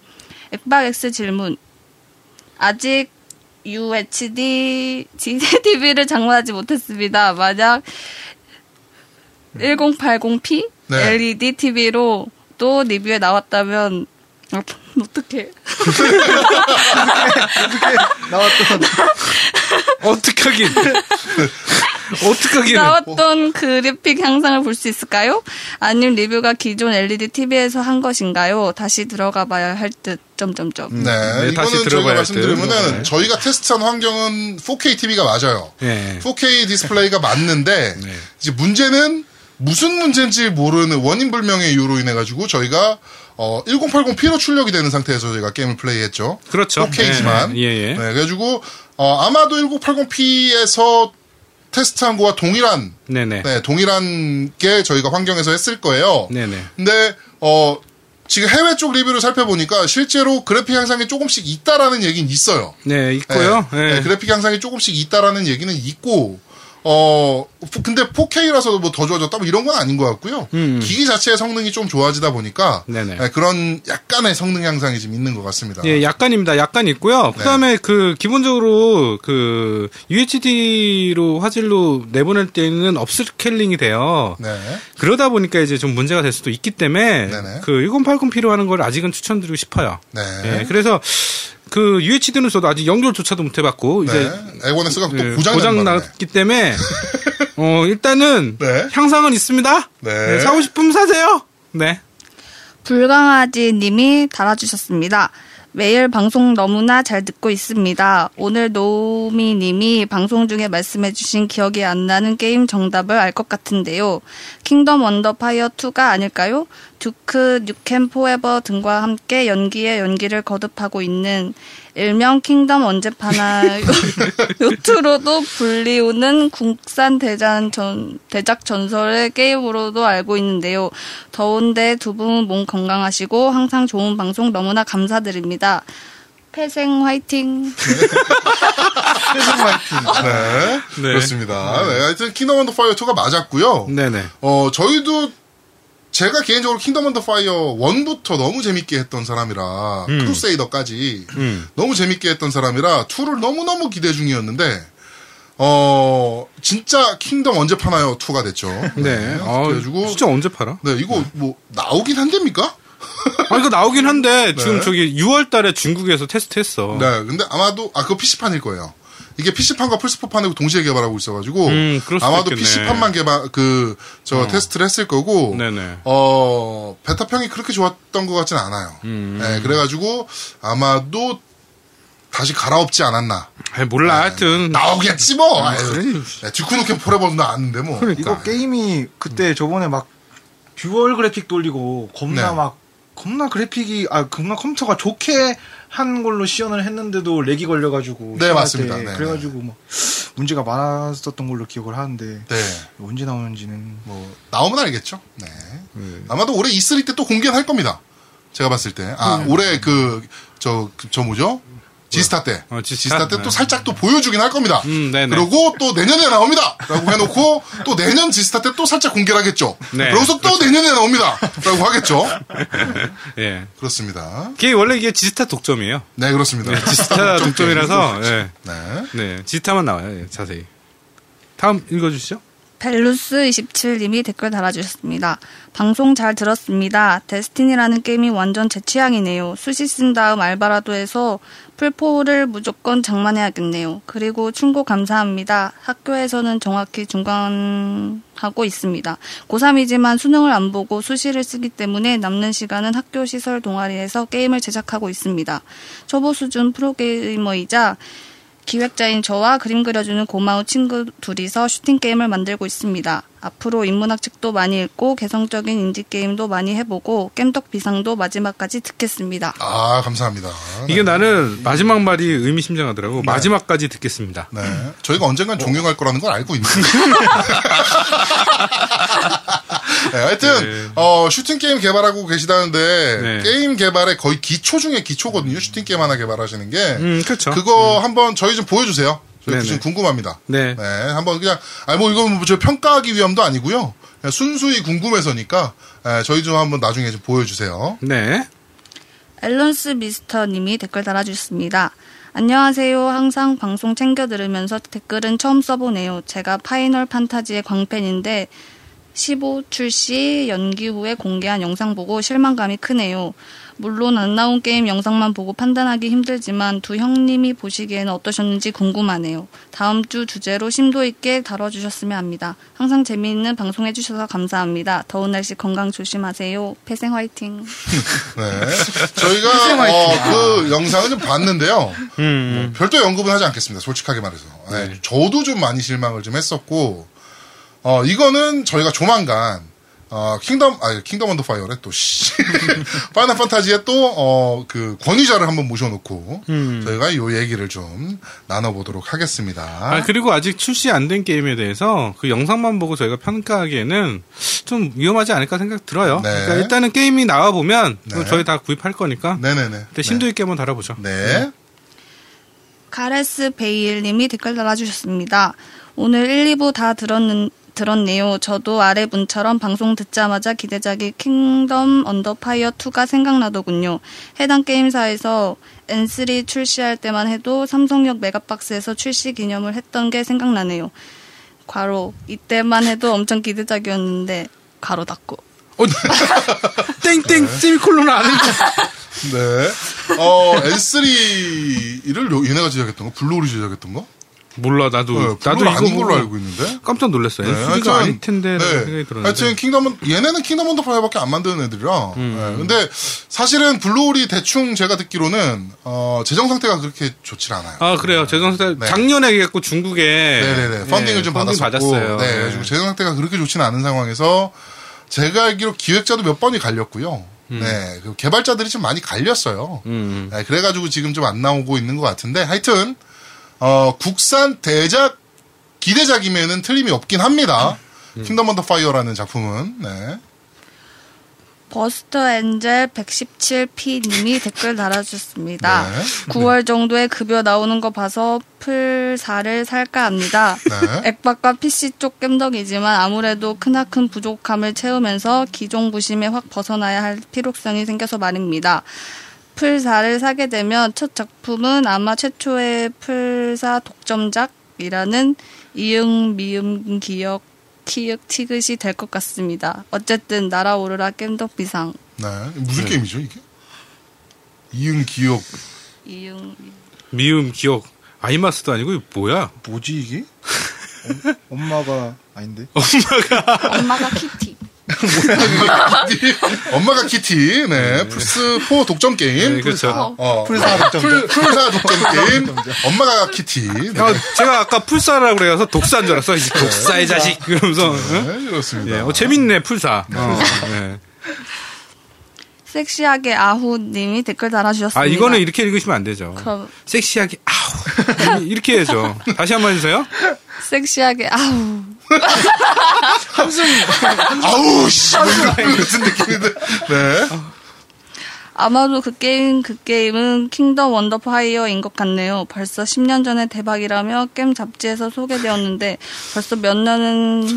Speaker 4: 엑박엑스 질문. 아직 UHD TV를 장만하지 못했습니다. 만약 1080p
Speaker 1: 네.
Speaker 4: LED TV로 또 리뷰에 나왔다면 아, 어떡해.
Speaker 3: 나왔던
Speaker 2: 어떡하긴. 어떡하긴.
Speaker 4: 나왔던 그래픽 향상을 볼 수 있을까요? 아니면 리뷰가 기존 LED TV에서 한 것인가요? 다시 들어가 봐야 할 듯.
Speaker 1: 네,
Speaker 4: 점점점.
Speaker 2: 네,
Speaker 1: 이거는
Speaker 2: 다시
Speaker 1: 저희가
Speaker 2: 들어봐야
Speaker 1: 말씀드리면은
Speaker 2: 돼요.
Speaker 1: 저희가 테스트한 환경은 4K TV가 맞아요.
Speaker 2: 예.
Speaker 1: 4K 디스플레이가 맞는데
Speaker 2: 네.
Speaker 1: 이제 문제는 무슨 문제인지 모르는 원인 불명의 이유로 인해 가지고 저희가 어 1080p로 출력이 되는 상태에서 저희가 게임을 플레이했죠.
Speaker 2: 그렇죠.
Speaker 1: 4K지만
Speaker 2: 예, 예.
Speaker 1: 네, 그래가지고 어, 아마도 1080p에서 테스트한 거와 동일한
Speaker 2: 네네.
Speaker 1: 네, 동일한 게 저희가 환경에서 했을 거예요.
Speaker 2: 네네.
Speaker 1: 근데 어 지금 해외 쪽 리뷰를 살펴보니까 실제로 그래픽 향상이 조금씩 있다라는 얘기는 있어요.
Speaker 2: 네, 있고요.
Speaker 1: 네,
Speaker 2: 예.
Speaker 1: 네, 그래픽 향상이 조금씩 있다라는 얘기는 있고 어 포- 근데 4K라서 뭐 더 좋아졌다 뭐 이런 건 아닌 것 같고요.
Speaker 2: 음.
Speaker 1: 기기 자체의 성능이 좀 좋아지다 보니까
Speaker 2: 네네.
Speaker 1: 네, 그런 약간의 성능 향상이 좀 있는 것 같습니다.
Speaker 2: 예, 약간입니다. 약간
Speaker 1: 네.
Speaker 2: 있고요. 그다음에 그 기본적으로 그 UHD로 화질로 내보낼 때는 업스케일링이 돼요.
Speaker 1: 네.
Speaker 2: 그러다 보니까 이제 좀 문제가 될 수도 있기 때문에
Speaker 1: 네네.
Speaker 2: 그 1080p로 하는 걸 아직은 추천드리고 싶어요.
Speaker 1: 네.
Speaker 2: 예, 그래서 그 UHD는 저도 아직 연결조차도 못 해봤고 이제
Speaker 1: 네. 에고네스가 또
Speaker 2: 예,
Speaker 1: 고장
Speaker 2: 고장
Speaker 1: 네
Speaker 2: 났기 때문에 어 일단은
Speaker 1: 네.
Speaker 2: 향상은 있습니다.
Speaker 1: 네.
Speaker 2: 네, 사고 싶으면 사세요. 네.
Speaker 4: 불강아지 님이 달아주셨습니다. 매일 방송 너무나 잘 듣고 있습니다. 오늘 노미 님이 방송 중에 말씀해주신 기억이 안 나는 게임 정답을 알 것 같은데요. 킹덤 원더파이어 2가 아닐까요? 듀크 뉴캠 포에버 등과 함께 연기에 연기를 거듭하고 있는 일명 킹덤 언제 파나 요- 요트로도 불리우는 국산 대장 전, 대작 전설의 게임으로도 알고 있는데요. 더운데 두 분 몸 건강하시고 항상 좋은 방송 너무나 감사드립니다. 폐생 화이팅.
Speaker 1: 네.
Speaker 2: 네.
Speaker 1: 그렇습니다. 네. 하여튼 킹덤 언더 파이어 2가 맞았고요.
Speaker 2: 네네.
Speaker 1: 어, 저희도 제가 개인적으로 킹덤 언더 파이어 1부터 너무 재밌게 했던 사람이라 크루세이더까지
Speaker 2: 음.
Speaker 1: 너무 재밌게 했던 사람이라 2를 너무너무 기대 중이었는데 어, 진짜 킹덤 언제 파나요 2가 됐죠.
Speaker 2: 네. 아,
Speaker 1: 그래가지고
Speaker 2: 진짜 언제 팔아?
Speaker 1: 네, 이거 뭐 나오긴 한답니까?
Speaker 2: 아, 이거 나오긴 한데 지금
Speaker 1: 네.
Speaker 2: 저기 6월 달에 중국에서 테스트했어.
Speaker 1: 네, 근데 아마도 아 그거 PC판일 거예요. 이게 PC판과 플스포판을 동시에 개발하고 있어가지고
Speaker 2: 음, 그럴 수도
Speaker 1: 아마도
Speaker 2: 있겠네. 어.
Speaker 1: PC판만 개발 그 저 테스트를 했을 거고
Speaker 2: 네네.
Speaker 1: 어 베타평이 그렇게 좋았던 것 같진 않아요.
Speaker 2: 음.
Speaker 1: 네, 그래가지고 아마도 다시 갈아엎지 않았나
Speaker 2: 아니, 몰라. 하여튼
Speaker 1: 네. 나오겠지 뭐.
Speaker 2: 음, 그래. 그러니까.
Speaker 1: 듀크누켓 포레버도 나왔는데 뭐.
Speaker 3: 이거 게임이 그때 저번에 막 듀얼 그래픽 돌리고 겁나
Speaker 1: 네.
Speaker 3: 막 겁나 그래픽이 아 겁나 컴퓨터가 좋게 한 걸로 시연을 했는데도 렉이 걸려가지고
Speaker 1: 네,
Speaker 3: 시연할
Speaker 1: 맞습니다.
Speaker 3: 때
Speaker 1: 네,
Speaker 3: 그래가지고 막 문제가 많았었던 걸로 기억을 하는데
Speaker 1: 네,
Speaker 3: 언제 나오는지는 뭐
Speaker 1: 나오면 알겠죠. 네.
Speaker 2: 음.
Speaker 1: 아마도 올해 E3 때 또 공개할 겁니다. 제가 봤을 때. 아
Speaker 2: 음.
Speaker 1: 올해 그 저 저 뭐죠? 지스타 때.
Speaker 2: 어, 지스타?
Speaker 1: 지스타 때 또
Speaker 2: 네.
Speaker 1: 살짝 또 보여주긴 할 겁니다.
Speaker 2: 음, 네네.
Speaker 1: 그리고 또 내년에 나옵니다. 라고 해놓고 또 내년 지스타 때 또 살짝 공개를 하겠죠.
Speaker 2: 네.
Speaker 1: 그러고서 또 내년에 나옵니다. 라고 하겠죠.
Speaker 2: 예.
Speaker 1: 그렇습니다.
Speaker 2: 그게 원래 이게 지스타 독점이에요.
Speaker 1: 네, 그렇습니다.
Speaker 2: 지스타
Speaker 1: 독점
Speaker 2: 독점이라서 예.
Speaker 1: 네.
Speaker 2: 네. 지스타만 나와요. 예, 자세히. 다음 읽어 주시죠.
Speaker 4: 벨루스27님이 댓글 달아주셨습니다. 방송 잘 들었습니다. 데스티니라는 게임이 완전 제 취향이네요. 수시 쓴 다음 알바라도 해서 풀포를 무조건 장만해야겠네요. 그리고 충고 감사합니다. 학교에서는 정확히 중간하고 있습니다. 고3이지만 수능을 안 보고 수시를 쓰기 때문에 남는 시간은 학교 시설 동아리에서 게임을 제작하고 있습니다. 초보 수준 프로게이머이자 기획자인 저와 그림 그려주는 고마운 친구 둘이서 슈팅 게임을 만들고 있습니다. 앞으로 인문학 책도 많이 읽고 개성적인 인디 게임도 많이 해보고 깸떡 비상도 마지막까지 듣겠습니다.
Speaker 1: 아, 감사합니다.
Speaker 2: 이게 나는 마지막 말이 의미심장하더라고. 마지막까지 듣겠습니다.
Speaker 1: 네. 저희가 언젠간 종영할 거라는 걸 알고 있는데. 네, 하여튼, 어, 슈팅게임 개발하고 계시다는데,
Speaker 2: 네.
Speaker 1: 게임 개발의 거의 기초 중에 기초거든요. 슈팅게임 하나 개발하시는 게.
Speaker 2: 음, 그렇죠.
Speaker 1: 그거 한번 저희 좀 보여주세요. 저희
Speaker 2: 네네.
Speaker 1: 좀 궁금합니다.
Speaker 2: 네.
Speaker 1: 한번 그냥, 아니, 뭐, 이건 뭐저 평가하기 위함도 아니고요. 그냥 순수히 궁금해서니까, 예, 저희 좀 한번 나중에 좀 보여주세요.
Speaker 2: 네.
Speaker 4: 앨런스 미스터님이 댓글 달아주셨습니다. 안녕하세요. 항상 방송 챙겨 들으면서 댓글은 처음 써보네요. 제가 파이널 판타지의 광팬인데 15 출시 연기 후에 공개한 영상 보고 실망감이 크네요. 물론 안 나온 게임 영상만 보고 판단하기 힘들지만 두 형님이 보시기에는 어떠셨는지 궁금하네요. 다음 주 주제로 심도 있게 다뤄주셨으면 합니다. 항상 재미있는 방송해주셔서 감사합니다. 더운 날씨 건강 조심하세요. 폐생 화이팅.
Speaker 1: 네. 저희가, 어, 그 영상을 좀 봤는데요. 뭐
Speaker 2: 음.
Speaker 1: 별도 언급은 하지 않겠습니다. 솔직하게 말해서. 네, 저도 좀 많이 실망을 좀 했었고, 어, 이거는 저희가 조만간, 어, 킹덤, 아 킹덤 언더 파이어래 또, 씨. 파이널 판타지에 또, 어, 그 권위자를 한번 모셔놓고, 저희가 요 얘기를 좀 나눠보도록 하겠습니다.
Speaker 2: 음. 아, 그리고 아직 출시 안 된 게임에 대해서 그 영상만 보고 저희가 평가하기에는 좀 위험하지 않을까 생각 들어요.
Speaker 1: 네.
Speaker 2: 그러니까 일단은 게임이 나와 보면 뭐
Speaker 1: 네.
Speaker 2: 저희 다 구입할 거니까.
Speaker 1: 네네네.
Speaker 2: 그때 심도 있게 한번 달아보죠.
Speaker 1: 네. 네.
Speaker 4: 카레스 베일님이 댓글 달아주셨습니다. 오늘 1, 2부 다 들었는, 들었네요. 저도 아래 분처럼 방송 듣자마자 기대작이 킹덤 언더파이어 2가 생각나더군요. 해당 게임사에서 N3 출시할 때만 해도 삼성역 메가박스에서 출시 기념을 했던 게 생각나네요. 과로 이때만 해도 엄청 기대작이었는데 가로 닫고
Speaker 2: 어, 땡땡 세미콜론 안 했는데.
Speaker 1: 네. 어, N3를 얘네가 제작했던 거? 블루오리 제작했던 거?
Speaker 2: 몰라 나도
Speaker 1: 네,
Speaker 2: 나도
Speaker 1: 블루오리
Speaker 2: 이거
Speaker 1: 아닌 걸로
Speaker 2: 보고
Speaker 1: 알고 있는데.
Speaker 2: 깜짝 놀랐어요.
Speaker 1: 네,
Speaker 2: 엔수리가 아닐 텐데 라는 생각이 들었는데.
Speaker 1: 하여튼 킹덤 은 얘네는 킹덤 언더 파이어밖에 안 만드는 애들이라.
Speaker 2: 음.
Speaker 1: 네, 근데 사실은 블루홀이 대충 제가 듣기로는 어, 재정 상태가 그렇게 좋질 않아요.
Speaker 2: 아 그래요. 재정사
Speaker 1: 네.
Speaker 2: 작년에 그래갖고 중국에
Speaker 1: 네네네. 펀딩을
Speaker 2: 예,
Speaker 1: 좀
Speaker 2: 펀딩
Speaker 1: 받았었고.
Speaker 2: 받았어요.
Speaker 1: 네.
Speaker 2: 예.
Speaker 1: 그래가지고 재정 상태가 그렇게 좋지는 않은 상황에서 제가 알기로 기획자도 몇 번이 갈렸고요. 네. 그 개발자들이 좀 많이 갈렸어요.
Speaker 2: 음.
Speaker 1: 네, 그래가지고 지금 좀 안 나오고 있는 것 같은데 하여튼 어, 국산 대작 기대작임에는 틀림이 없긴 합니다. 킹덤 언더 파이어라는 작품은 네.
Speaker 4: 버스터 엔젤 117P님이 댓글 달아주셨습니다.
Speaker 1: 네.
Speaker 4: 9월 정도에 급여 나오는 거 봐서 풀사를 살까 합니다.
Speaker 1: 네.
Speaker 4: 액박과 PC 쪽 깸덕이지만 아무래도 크나큰 부족함을 채우면서 기존 부심에 확 벗어나야 할 필요성이 생겨서 말입니다. 풀사를 사게 되면 첫 작품은 아마 최초의 풀사 독점작이라는 이응 미음 기억 티읕 티긋이 될 것 같습니다. 어쨌든 날아오르라 깸덕 비상
Speaker 1: 네. 무슨 게임이죠, 이게? 이응 기억.
Speaker 4: 이응
Speaker 2: 미음 기억 아이마스도 아니고 이거 뭐야?
Speaker 3: 뭐지 이게? 엄- 엄마가 아닌데.
Speaker 1: 어,
Speaker 4: 엄마가 키티
Speaker 1: 엄마가 키티. 네. 플스4 독점 게임.
Speaker 2: 네, 그렇죠.
Speaker 1: 어.
Speaker 3: 풀사 독점자.
Speaker 1: 풀- 풀사 독점 게임. 엄마가 키티. 네.
Speaker 2: 아, 제가 아까 풀사라고 그래서 독사인 줄 알았어. 이 독사의 자식 그러면서. 응?
Speaker 1: 네, 이렇습니다.
Speaker 2: 예, 어, 재밌네 풀사. 어, 예.
Speaker 4: 섹시하게 아후님이 댓글 달아주셨습니다.
Speaker 2: 아 이거는 이렇게 읽으시면 안 되죠.
Speaker 4: 그럼.
Speaker 2: 섹시하게 아우 이- 이렇게 해죠. 다시 한 번 해주세요.
Speaker 4: 섹시하게 아후
Speaker 1: 아우, 씨. 뭐 이런 같은 느낌인데. 네.
Speaker 4: 아마도 그 게임 그 게임은 킹덤 원더 파이어인 것 같네요. 벌써 10년 전에 대박이라며 게임 잡지에서 소개되었는데 벌써 몇 년은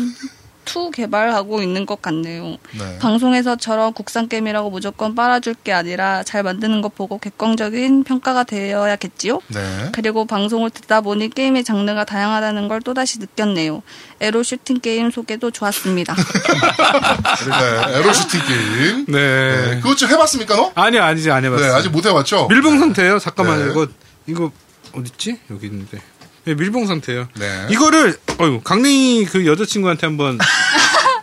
Speaker 4: 2 개발하고 있는 것 같네요.
Speaker 1: 네.
Speaker 4: 방송에서 저런 국산 게임이라고 무조건 빨아줄 게 아니라 잘 만드는 것 보고 객관적인 평가가 되어야겠지요?
Speaker 1: 네.
Speaker 4: 그리고 방송을 듣다 보니 게임의 장르가 다양하다는 걸 또다시 느꼈네요. 에로 슈팅 게임 소개도 좋았습니다.
Speaker 1: 네. 에로시티 게임. 네.
Speaker 2: 네.
Speaker 1: 그것 좀 해봤습니까, 너?
Speaker 2: 아니 아니지 안 해봤어요.
Speaker 1: 네, 아직 못 해봤죠?
Speaker 2: 밀봉 상태예요. 잠깐만
Speaker 1: 네.
Speaker 2: 요 이거 이거 어딨지? 여기 있는데. 네, 밀봉 상태예요.
Speaker 1: 네.
Speaker 2: 이거를 어유 강냉이 그 여자친구한테 한번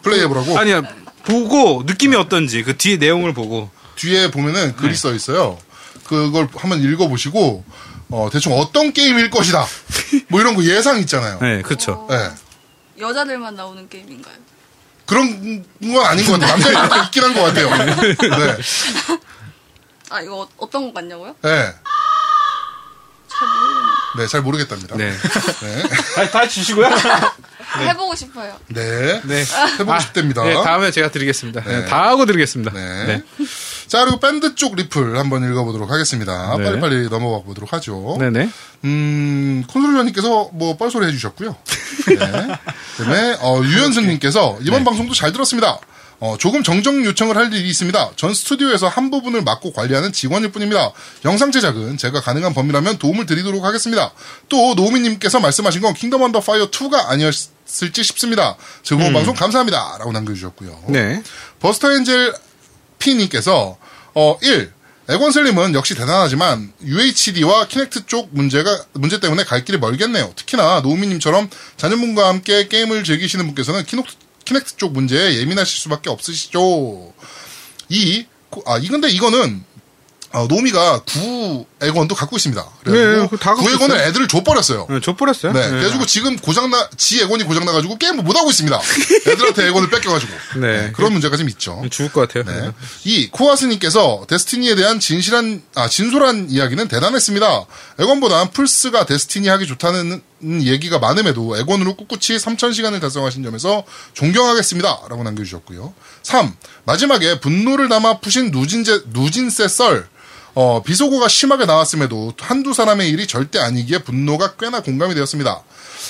Speaker 1: 플레이해보라고.
Speaker 2: 아니야 보고 느낌이 어떤지 그 뒤에 내용을 보고
Speaker 1: 뒤에 보면은
Speaker 2: 네.
Speaker 1: 글이 써 있어요. 그걸 한번 읽어보시고, 어, 대충 어떤 게임일 것이다. 뭐 이런 거 예상 있잖아요.
Speaker 2: 네 그렇죠.
Speaker 1: 네.
Speaker 4: 여자들만 나오는 게임인가요?
Speaker 1: 그런 건 아닌 것 같아요. 남자들도 있긴 한 것 같아요. 네.
Speaker 4: 아 이거 어- 어떤 것 같냐고요?
Speaker 1: 네.
Speaker 4: 잘 모르겠네요.
Speaker 1: 네, 잘 모르겠답니다.
Speaker 2: 네.
Speaker 1: 네. 아,
Speaker 3: 다, 다 주시고요.
Speaker 4: 해보고 싶어요.
Speaker 1: 네.
Speaker 2: 네.
Speaker 1: 해보고
Speaker 2: 아,
Speaker 1: 싶답니다.
Speaker 2: 네, 다음에 제가 드리겠습니다.
Speaker 1: 네.
Speaker 2: 네, 다 하고 드리겠습니다.
Speaker 1: 네.
Speaker 2: 네.
Speaker 1: 자, 그리고 밴드 쪽 리플 한번 읽어보도록 하겠습니다.
Speaker 2: 네.
Speaker 1: 빨리빨리 넘어가 보도록 하죠.
Speaker 2: 네네.
Speaker 1: 음, 콘솔리언님께서 뭐 뻘소리 해주셨고요. 네. 그다음에 어, 유현승님께서 이번 방송도 잘 들었습니다. 어, 조금 정정 요청을 할 일이 있습니다. 전 스튜디오에서 한 부분을 맡고 관리하는 직원일 뿐입니다. 영상 제작은 제가 가능한 범위라면 도움을 드리도록 하겠습니다. 또 노미님께서 말씀하신 건 킹덤 언더 파이어 2가 아니었을지 싶습니다. 즐거운 방송 감사합니다. 라고 남겨주셨고요.
Speaker 2: 네.
Speaker 1: 버스터 엔젤 P님께서 어 1. 에곤슬림은 역시 대단하지만 UHD와 키넥트 쪽 문제가 문제 때문에 갈 길이 멀겠네요. 특히나 노우미님처럼 자녀분과 함께 게임을 즐기시는 분께서는 키넥트쪽 문제에 예민하실 수밖에 없으시죠. 2. 아 이- 근데 이거는 어, 노미가 구 에곤도 갖고 있습니다.
Speaker 2: 네,
Speaker 1: 그래가지고
Speaker 2: 그거 다 갖고
Speaker 1: 구 에곤을
Speaker 2: 있어요.
Speaker 1: 애들을 줘버렸어요.
Speaker 2: 네, 족보랬어요.
Speaker 1: 네, 그래가지고 지금 고장나 지 에곤이 고장나가지고 게임을 못 하고 있습니다. 애들한테 에곤을 뺏겨가지고
Speaker 2: 네.
Speaker 1: 그런 문제가 좀 있죠.
Speaker 2: 죽을 것 같아요.
Speaker 1: 네. 이 코아스님께서 데스티니에 대한 진실한 아 진솔한 이야기는 대단했습니다. 에곤보다 플스가 데스티니 하기 좋다는 얘기가 많음에도 에곤으로 꿋꿋이 3,000시간을 달성하신 점에서 존경하겠습니다라고 남겨주셨고요. 3. 마지막에 분노를 담아 푸신 누진제 누진세 썰. 어, 비속어가 심하게 나왔음에도 한두 사람의 일이 절대 아니기에 분노가 꽤나 공감이 되었습니다.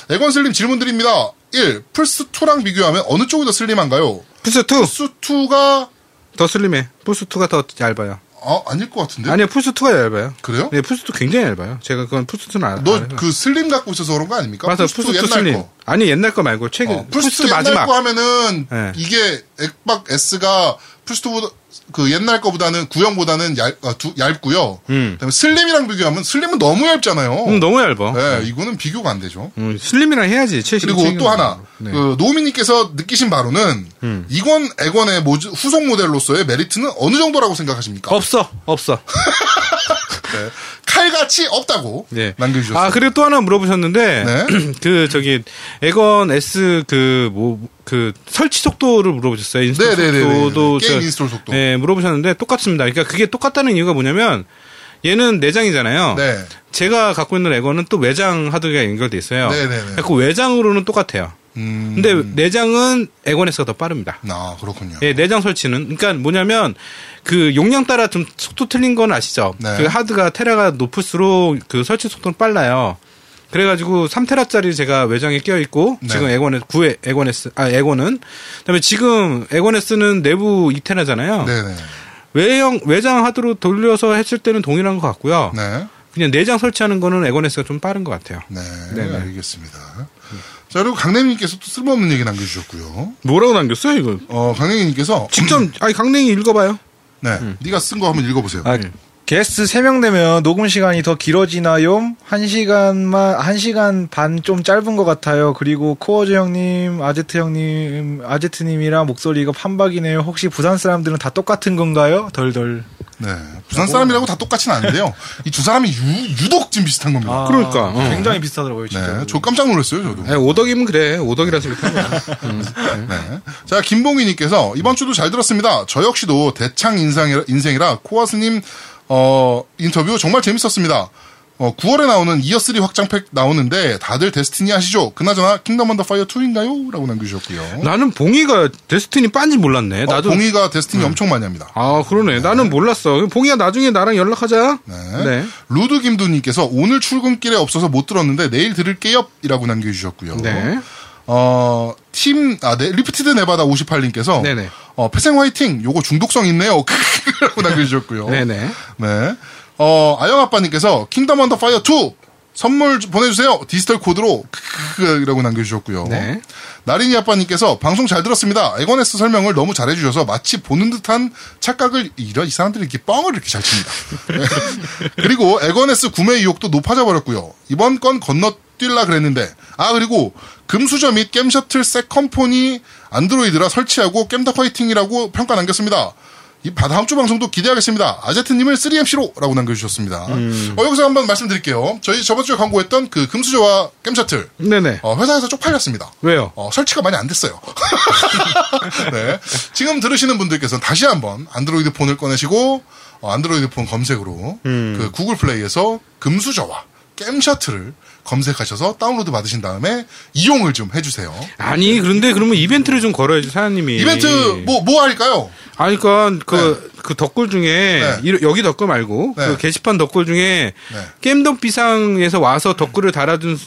Speaker 1: 에건슬림 질문 드립니다. 1. 플스2랑 비교하면 어느 쪽이 더 슬림한가요?
Speaker 2: 플스 2더
Speaker 1: 플스2가
Speaker 2: 슬림해. 플스 2가 더 얇아요.
Speaker 1: 아, 아닐 것 같은데?
Speaker 2: 아니요, 플스 2가 얇아요.
Speaker 1: 그래요?
Speaker 2: 네, 플스 2 굉장히 얇아요. 제가 그건 플스 2는 알아요.
Speaker 1: 너 그 슬림 갖고 있어서 그런 거 아닙니까?
Speaker 2: 맞아,
Speaker 1: 플스2
Speaker 2: 플스 2 슬림.
Speaker 1: 거.
Speaker 2: 아니 옛날 거 말고 최근
Speaker 1: 어,
Speaker 2: 플스
Speaker 1: 플스2
Speaker 2: 2
Speaker 1: 옛날
Speaker 2: 마지막.
Speaker 1: 거 하면은
Speaker 2: 네.
Speaker 1: 이게 액박 S가 플스2보다 그 옛날 거보다는 구형보다는 얇, 아, 두- 얇고요. 그다음에 슬림이랑 비교하면 슬림은 너무 얇잖아요.
Speaker 2: 음, 너무 얇아.
Speaker 1: 네, 이거는 비교가 안 되죠.
Speaker 2: 음, 슬림이랑 해야지. 최신
Speaker 1: 그리고
Speaker 2: 최근
Speaker 1: 또 하나,
Speaker 2: 거. 네. 음.
Speaker 1: 그 노미님께서 느끼신 바로는 이건 액원의 모주- 후속 모델로서의 메리트는 어느 정도라고 생각하십니까?
Speaker 2: 없어, 없어.
Speaker 1: 네. 칼같이 없다고
Speaker 2: 네.
Speaker 1: 남겨주셨어요.
Speaker 2: 아 그리고 또 하나 물어보셨는데
Speaker 1: 네.
Speaker 2: 그 저기 에건 S 그 뭐 그 설치 속도를 물어보셨어요. 인스톨
Speaker 1: 네네네네.
Speaker 2: 속도도
Speaker 1: 게임
Speaker 2: 저-
Speaker 1: 인스톨 속도.
Speaker 2: 네, 물어보셨는데 똑같습니다. 그러니까 그게 똑같다는 이유가 뭐냐면 얘는 내장이잖아요.
Speaker 1: 네.
Speaker 2: 제가 갖고 있는 에건은 또 외장 하드가 연결돼 있어요.
Speaker 1: 네네네.
Speaker 2: 그 외장으로는 똑같아요.
Speaker 1: 음,
Speaker 2: 근데 내장은 에건 S가 더 빠릅니다.
Speaker 1: 아, 그렇군요.
Speaker 2: 예, 내장 설치는 그러니까 뭐냐면 그 용량 따라 좀 속도 틀린 건 아시죠?
Speaker 1: 네.
Speaker 2: 그 하드가 테라가 높을수록 그 설치 속도는 빨라요. 그래가지고 3테라짜리 제가 외장에 끼어 있고
Speaker 1: 네.
Speaker 2: 지금 에곤에 9에 에곤에스 아 에곤은 그다음에 지금 에곤에스는 내부 2테라잖아요.
Speaker 1: 네네.
Speaker 2: 외형 외장 하드로 돌려서 했을 때는 동일한 것
Speaker 3: 어.
Speaker 2: 같고요.
Speaker 1: 네.
Speaker 2: 그냥 내장 설치하는 거는 에곤에스가 좀 빠른 것 같아요.
Speaker 1: 네.
Speaker 2: 네네.
Speaker 1: 알겠습니다. 자, 그리고 강냉이님께서 또 쓸모없는 얘기 남겨주셨고요.
Speaker 2: 뭐라고 남겼어요 이거?
Speaker 1: 어, 강냉이님께서
Speaker 2: 직접 아니 강냉이 읽어봐요.
Speaker 1: 네. 네가 쓴 거 한번 읽어보세요.
Speaker 3: 음. 아, 게스트 3명 되면 녹음 시간이 더 길어지나요? 1시간만, 1시간 반 좀 짧은 것 같아요. 그리고 코어즈 형님, 아제트 형님, 아제트님이랑 목소리가 판박이네요. 혹시 부산 사람들은 다 똑같은 건가요? 덜덜.
Speaker 1: 네. 부산 사람이라고 다 똑같지는 않은데요.
Speaker 3: 아.
Speaker 1: 이 두 사람이 유, 독좀 비슷한 겁니다.
Speaker 2: 그러니까, 어.
Speaker 3: 굉장히 비슷하더라고요, 아, 진짜.
Speaker 1: 네. 저 깜짝 놀랐어요, 저도.
Speaker 2: 아니, 오덕이면 그래 오덕이라 생각하는 거야.
Speaker 1: 네. 자, 김봉희님께서 이번 주도 잘 들었습니다. 저 역시도 대창 인상이라, 인생이라 코아스님 어, 인터뷰 정말 재밌었습니다. 어, 9월에 나오는 이어3 확장팩 나오는데 다들 데스티니 하시죠? 그나저나 킹덤 언더 파이어 2인가요? 라고 남겨주셨고요.
Speaker 2: 어? 나는 봉이가 데스티니 빤지 몰랐네.
Speaker 1: 어,
Speaker 2: 나도
Speaker 1: 봉희가 데스티니 엄청 많이 합니다.
Speaker 2: 아 그러네. 나는 몰랐어. 봉이야 나중에 나랑 연락하자.
Speaker 1: 네. 루드 김두님께서 오늘 출근길에 없어서 못 들었는데 내일 들을게요 이라고 남겨주셨고요.
Speaker 2: 네.
Speaker 1: 어, 팀, 아, 네, 리프티드 네바다 58님께서.
Speaker 2: 네네.
Speaker 1: 어, 패생 화이팅! 요거 중독성 있네요. 라고 남겨주셨고요.
Speaker 2: 네네.
Speaker 1: 네. 어, 아영아빠님께서 킹덤 언더 파이어 2! 선물 주- 보내주세요! 디지털 코드로! 라고 남겨주셨고요.
Speaker 2: 네.
Speaker 1: 나린이 아빠님께서 방송 잘 들었습니다. 에고네스 설명을 너무 잘해주셔서 마치 보는 듯한 착각을 이런 이 사람들이 이렇게 뻥을 이렇게 잘 칩니다. 네. 그리고 에고네스 구매 의욕도 높아져 버렸고요. 이번 건 건너뛸라 그랬는데 아 그리고 금수저 및 게임셔틀 세컴폰이 안드로이드라 설치하고 겜덕 화이팅이라고 평가 남겼습니다. 이 바- 다음 주 방송도 기대하겠습니다. 아제트님을 3MC로라고 남겨주셨습니다. 어, 여기서 한번 말씀드릴게요. 저희 저번 주에 광고했던 그 금수저와 겜셔틀
Speaker 2: 네네.
Speaker 1: 어, 회사에서 쪽팔렸습니다.
Speaker 2: 왜요?
Speaker 1: 어, 설치가 많이 안 됐어요. 네. 지금 들으시는 분들께서는 다시 한번 안드로이드 폰을 꺼내시고, 어, 안드로이드 폰 검색으로
Speaker 2: 음.
Speaker 1: 그 구글 플레이에서 금수저와 게임 셔틀을 검색하셔서 다운로드 받으신 다음에 이용을 좀 해주세요.
Speaker 2: 아니 그런데 그러면 이벤트를 좀 걸어야지 사장님이.
Speaker 1: 이벤트 뭐, 뭐 할까요?
Speaker 2: 아니 그러니까 그, 그 덧글 중에
Speaker 1: 네.
Speaker 2: 이러- 여기 덧글 말고
Speaker 1: 네.
Speaker 2: 그 게시판 덧글 중에
Speaker 1: 네.
Speaker 2: 게임덕 비상에서 와서 덧글을 달아준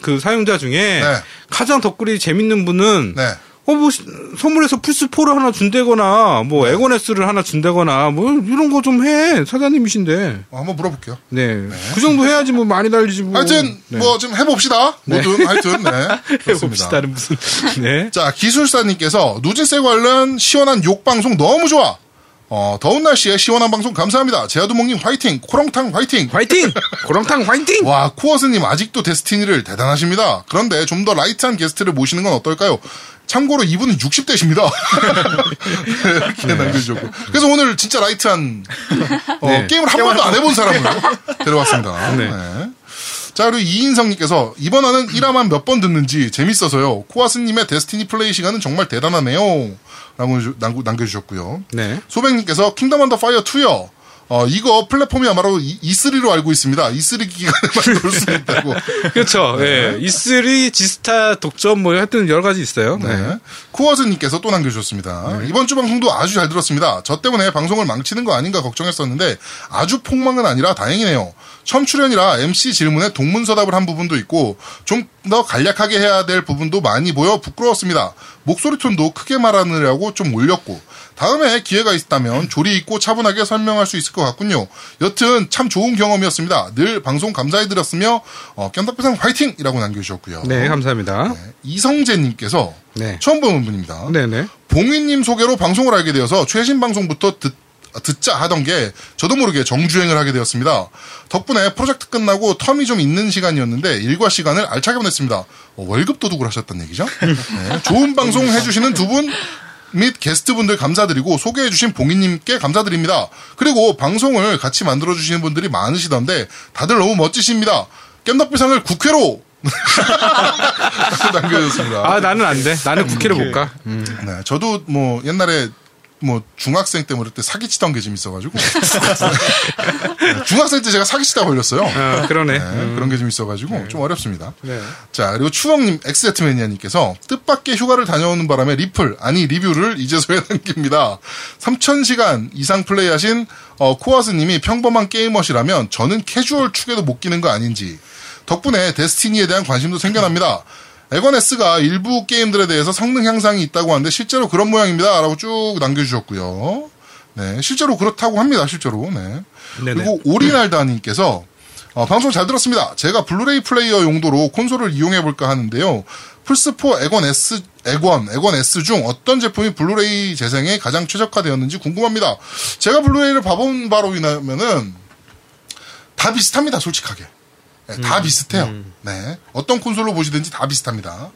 Speaker 2: 그 사용자 중에
Speaker 1: 네.
Speaker 2: 가장 덧글이 재밌는 분은
Speaker 1: 네.
Speaker 2: 어 뭐 선물해서 플스 4를 하나 준다거나 뭐 에고네스를 하나 준다거나 뭐 이런 거 좀 해 사장님이신데
Speaker 1: 어, 한번 물어볼게요.
Speaker 2: 네 그 정도 해야지 뭐 많이 달리지 뭐
Speaker 1: 하여튼,
Speaker 2: 네.
Speaker 1: 뭐 좀 해봅시다. 뭐든, 하여튼, 네.
Speaker 2: 해봅시다
Speaker 1: 그렇습니다.
Speaker 2: 다른 무슨 네
Speaker 1: 자, 기술사님께서 누진세 관련 시원한 욕방송 너무 좋아. 어, 더운 날씨에 시원한 방송 감사합니다. 제아두몽님 화이팅! 코롱탕 화이팅!
Speaker 2: 화이팅 고랑탕 화이팅
Speaker 1: 와, 쿠어스님 아직도 데스티니를 대단하십니다. 그런데 좀 더 라이트한 게스트를 모시는 건 어떨까요? 참고로 이분은 60대십니다. 이렇게 남겨주셨고. 그래서 오늘 진짜 라이트한 어,
Speaker 2: 네.
Speaker 1: 게임을 한 번도 안 해본 사람을 데려왔습니다.
Speaker 2: 네.
Speaker 1: 네. 자, 그리고 이인성님께서 이번화는 1화만 몇 번 듣는지 재밌어서요. 코아스님의 데스티니 플레이 시간은 정말 대단하네요. 라고 주- 남겨- 남겨주셨고요.
Speaker 2: 네
Speaker 1: 소백님께서 킹덤 언더 파이어 2요. 어, 이거 플랫폼이야말로 이- E3로 알고 있습니다. E3 기간에만 놀 수 있다고.
Speaker 2: 그렇죠. 예.
Speaker 1: 네.
Speaker 2: 이슬이 지스타 독점 뭐 하여튼 여러 가지 있어요. 네.
Speaker 1: 네. 쿠어즈님께서 또 남겨주셨습니다. 이번 주 방송도 아주 잘 들었습니다. 저 때문에 방송을 망치는 거 아닌가 걱정했었는데 아주 폭망은 아니라 다행이네요. 처음 출연이라 MC 질문에 동문서답을 한 부분도 있고 좀 더 간략하게 해야 될 부분도 많이 보여 부끄러웠습니다. 목소리 톤도 크게 말하느라고 좀 올렸고 다음에 기회가 있다면 조리 있고 차분하게 설명할 수 있을 것 같군요. 여튼 참 좋은 경험이었습니다. 늘 방송 감사해드렸으며 어, 깸덕배상 화이팅이라고 남겨주셨고요.
Speaker 2: 네, 감사합니다.
Speaker 1: 이성재님께서
Speaker 2: 네.
Speaker 1: 처음 보는 분입니다.
Speaker 2: 네, 네.
Speaker 1: 봉인님 소개로 방송을 알게 되어서 최신 방송부터 듣, 자 하던 게 저도 모르게 정주행을 하게 되었습니다. 덕분에 프로젝트 끝나고 텀이 좀 있는 시간이었는데 일과 시간을 알차게 보냈습니다. 어, 월급 도둑을 하셨단 얘기죠? 네. 좋은 방송 해주시는 두 분. 및 게스트분들 감사드리고 소개해주신 봉인님께 감사드립니다. 그리고 방송을 같이 만들어주시는 분들이 많으시던데 다들 너무 멋지십니다. 깸덕비상을 국회로 남겨줬습니다.
Speaker 2: 아, 나는 안 돼. 나는 국회를 못 가. 음.
Speaker 1: 네, 저도 뭐 옛날에 뭐 중학생 때 모를 때 사기치던 게 좀 있어가지고 네, 중학생 때 제가 사기치다 걸렸어요.
Speaker 2: 아, 그러네.
Speaker 1: 네, 그런 게 좀 있어가지고 좀 어렵습니다.
Speaker 2: 네.
Speaker 1: 자 그리고 추억님 엑스제트매니아님께서 뜻밖의 휴가를 다녀오는 바람에 리플 아니 리뷰를 이제서야 남깁니다. 3,000시간 이상 플레이하신 어, 코아스님이 평범한 게이머시라면 저는 캐주얼 축에도 못 끼는 거 아닌지 덕분에 데스티니에 대한 관심도 생겨납니다. 에건S가 일부 게임들에 대해서 성능 향상이 있다고 하는데 실제로 그런 모양입니다라고 쭉 남겨주셨고요. 네, 실제로 그렇다고 합니다. 실제로. 네.
Speaker 2: 네네.
Speaker 1: 그리고 오리날다님께서 어, 방송 잘 들었습니다. 제가 블루레이 플레이어 용도로 콘솔을 이용해 볼까 하는데요. 플스4 에건 S, 에건, 에건 S 중 어떤 제품이 블루레이 재생에 가장 최적화되었는지 궁금합니다. 제가 블루레이를 봐본 바로 인하면은 다 비슷합니다, 솔직하게. 네,
Speaker 2: 음,
Speaker 1: 다 비슷해요. 네. 어떤 콘솔로 보시든지 다 비슷합니다.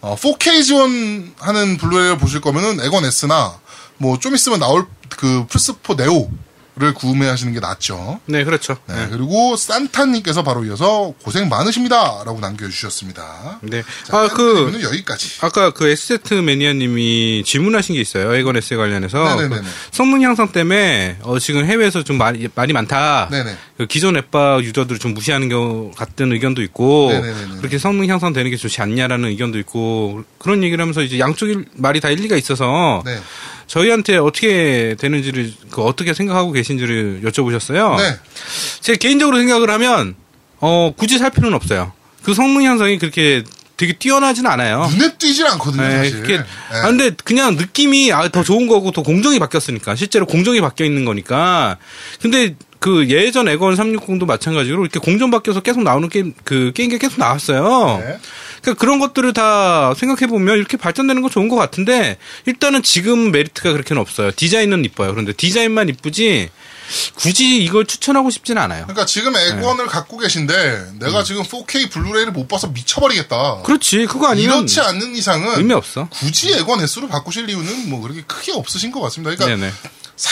Speaker 1: 어, 4K 지원하는 블루레이를 보실 거면은 에건 S나 뭐 좀 있으면 나올 그 플스4 네오를 구매하시는 게 낫죠.
Speaker 2: 네, 그렇죠.
Speaker 1: 네, 그리고 산타님께서 바로 이어서 고생 많으십니다라고 남겨주셨습니다.
Speaker 2: 네.
Speaker 1: 자,
Speaker 2: 아, 그
Speaker 1: 그러면 여기까지.
Speaker 2: 아까 그 에스세트 매니아님이 질문하신 게 있어요. 에건 에스에 관련해서
Speaker 1: 네네네네.
Speaker 2: 그 성능 향상 때문에 어, 지금 해외에서 좀 말이, 말이 많다.
Speaker 1: 네네.
Speaker 2: 그 기존 앱바 유저들을 좀 무시하는 경우 같은 의견도 있고
Speaker 1: 네네네네.
Speaker 2: 그렇게 성능 향상되는 게 좋지 않냐라는 의견도 있고 그런 얘기를 하면서 이제 양쪽 일- 말이 다 일리가 있어서
Speaker 1: 네.
Speaker 2: 저희한테 어떻게 되는지를 그 어떻게 생각하고 계신지를 여쭤보셨어요.
Speaker 1: 네.
Speaker 2: 제 개인적으로 생각을 하면 어 굳이 살 필요는 없어요. 그 성능 향상이 그렇게 되게 뛰어나진 않아요.
Speaker 1: 눈에 띄질 않거든요,
Speaker 2: 네,
Speaker 1: 사실.
Speaker 2: 그게-
Speaker 1: 네.
Speaker 2: 아, 근데 그냥 느낌이 아, 더 좋은 거고 더 공정이 바뀌었으니까 실제로 공정이 바뀌어 있는 거니까. 근데 그 예전 에건 360도 마찬가지로 이렇게 공정 바뀌어서 계속 나오는 게임 그 게임기가 계속 나왔어요.
Speaker 1: 네.
Speaker 2: 그러니까 그런 것들을 다 생각해 보면 이렇게 발전되는 건 좋은 것 같은데 일단은 지금 메리트가 그렇게는 없어요. 디자인은 이뻐요. 그런데 디자인만 이쁘지 굳이 이걸 추천하고 싶진 않아요.
Speaker 1: 그러니까 지금
Speaker 2: 네.
Speaker 1: 애권을 갖고 계신데 내가 지금 4K 블루레이를 못 봐서 미쳐버리겠다.
Speaker 2: 음. 그렇지 그거 아니면
Speaker 1: 이렇지 않는 이상은
Speaker 2: 의미 없어.
Speaker 1: 굳이 애권 횟수를 바꾸실 이유는 뭐 그렇게 크게 없으신 것 같습니다. 그러니까
Speaker 2: 네네.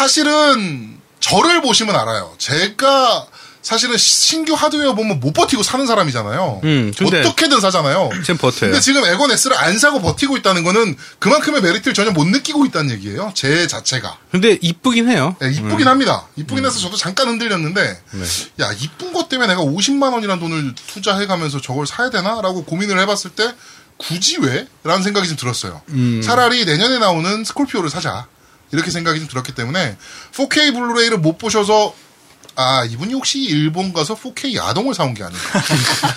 Speaker 1: 사실은 저를 보시면 알아요. 제가 사실은 신규 하드웨어 보면 못 버티고 사는 사람이잖아요.
Speaker 2: 음, 근데-
Speaker 1: 어떻게든 사잖아요.
Speaker 2: 지금 버텨요.
Speaker 1: 근데 지금 에건 S를 안 사고 버티고 있다는 거는 그만큼의 메리트를 전혀 못 느끼고 있다는 얘기예요. 제 자체가.
Speaker 2: 근데 이쁘긴 해요.
Speaker 1: 네, 이쁘긴 합니다. 이쁘긴 해서 저도 잠깐 흔들렸는데, 야, 이쁜 것 때문에 내가 50만 원이란 돈을 투자해가면서 저걸 사야 되나? 라고 고민을 해봤을 때, 굳이 왜? 라는 생각이 좀 들었어요. 차라리 내년에 나오는 스콜피오를 사자. 이렇게 생각이 좀 들었기 때문에, 4K 블루레이를 못 보셔서, 아, 이분이 혹시 일본 가서 4K 야동을 사온 게 아닌가.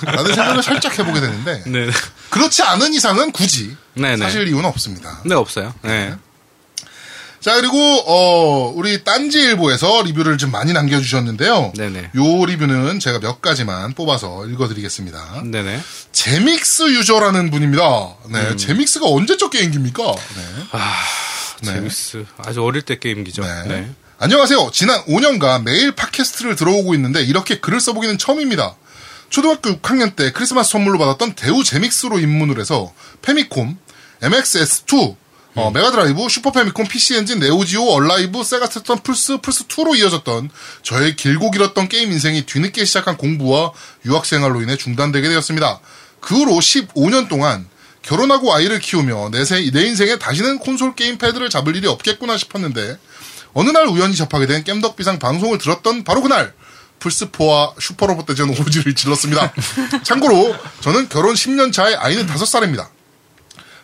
Speaker 1: 라는 생각을 살짝 해보게 되는데,
Speaker 2: 네.
Speaker 1: 그렇지 않은 이상은 굳이
Speaker 2: 네네.
Speaker 1: 사실 이유는 없습니다.
Speaker 2: 네 없어요. 네.
Speaker 1: 자 그리고 어 우리 딴지일보에서 리뷰를 좀 많이 남겨주셨는데요.
Speaker 2: 네네.
Speaker 1: 요 리뷰는 제가 몇 가지만 뽑아서 읽어드리겠습니다.
Speaker 2: 네네.
Speaker 1: 제믹스 유저라는 분입니다. 네,
Speaker 2: 음.
Speaker 1: 제믹스가 언제적 게임기입니까? 네. 네.
Speaker 2: 제믹스 아주 어릴 때 게임기죠. 네.
Speaker 1: 네. 안녕하세요. 지난 5년간 매일 팟캐스트를 들어오고 있는데 이렇게 글을 써보기는 처음입니다. 초등학교 6학년 때 크리스마스 선물로 받았던 대우 제믹스로 입문을 해서 페미콤, MXS2, 어,
Speaker 2: 음.
Speaker 1: 메가드라이브, 슈퍼페미콤, PC엔진, 네오지오, 얼라이브, 세가스턴, 플스, 플스2로 이어졌던 저의 길고 길었던 게임 인생이 뒤늦게 시작한 공부와 유학생활로 인해 중단되게 되었습니다. 그 후로 15년 동안 결혼하고 아이를 키우며 내, 세- 내 인생에 다시는 콘솔 게임 패드를 잡을 일이 없겠구나 싶었는데 어느 날 우연히 접하게 된 겜덕비상 방송을 들었던 바로 그날 플스4와 슈퍼로봇 대전 오지를 질렀습니다. 참고로 저는 결혼 10년 차에 아이는 5살입니다.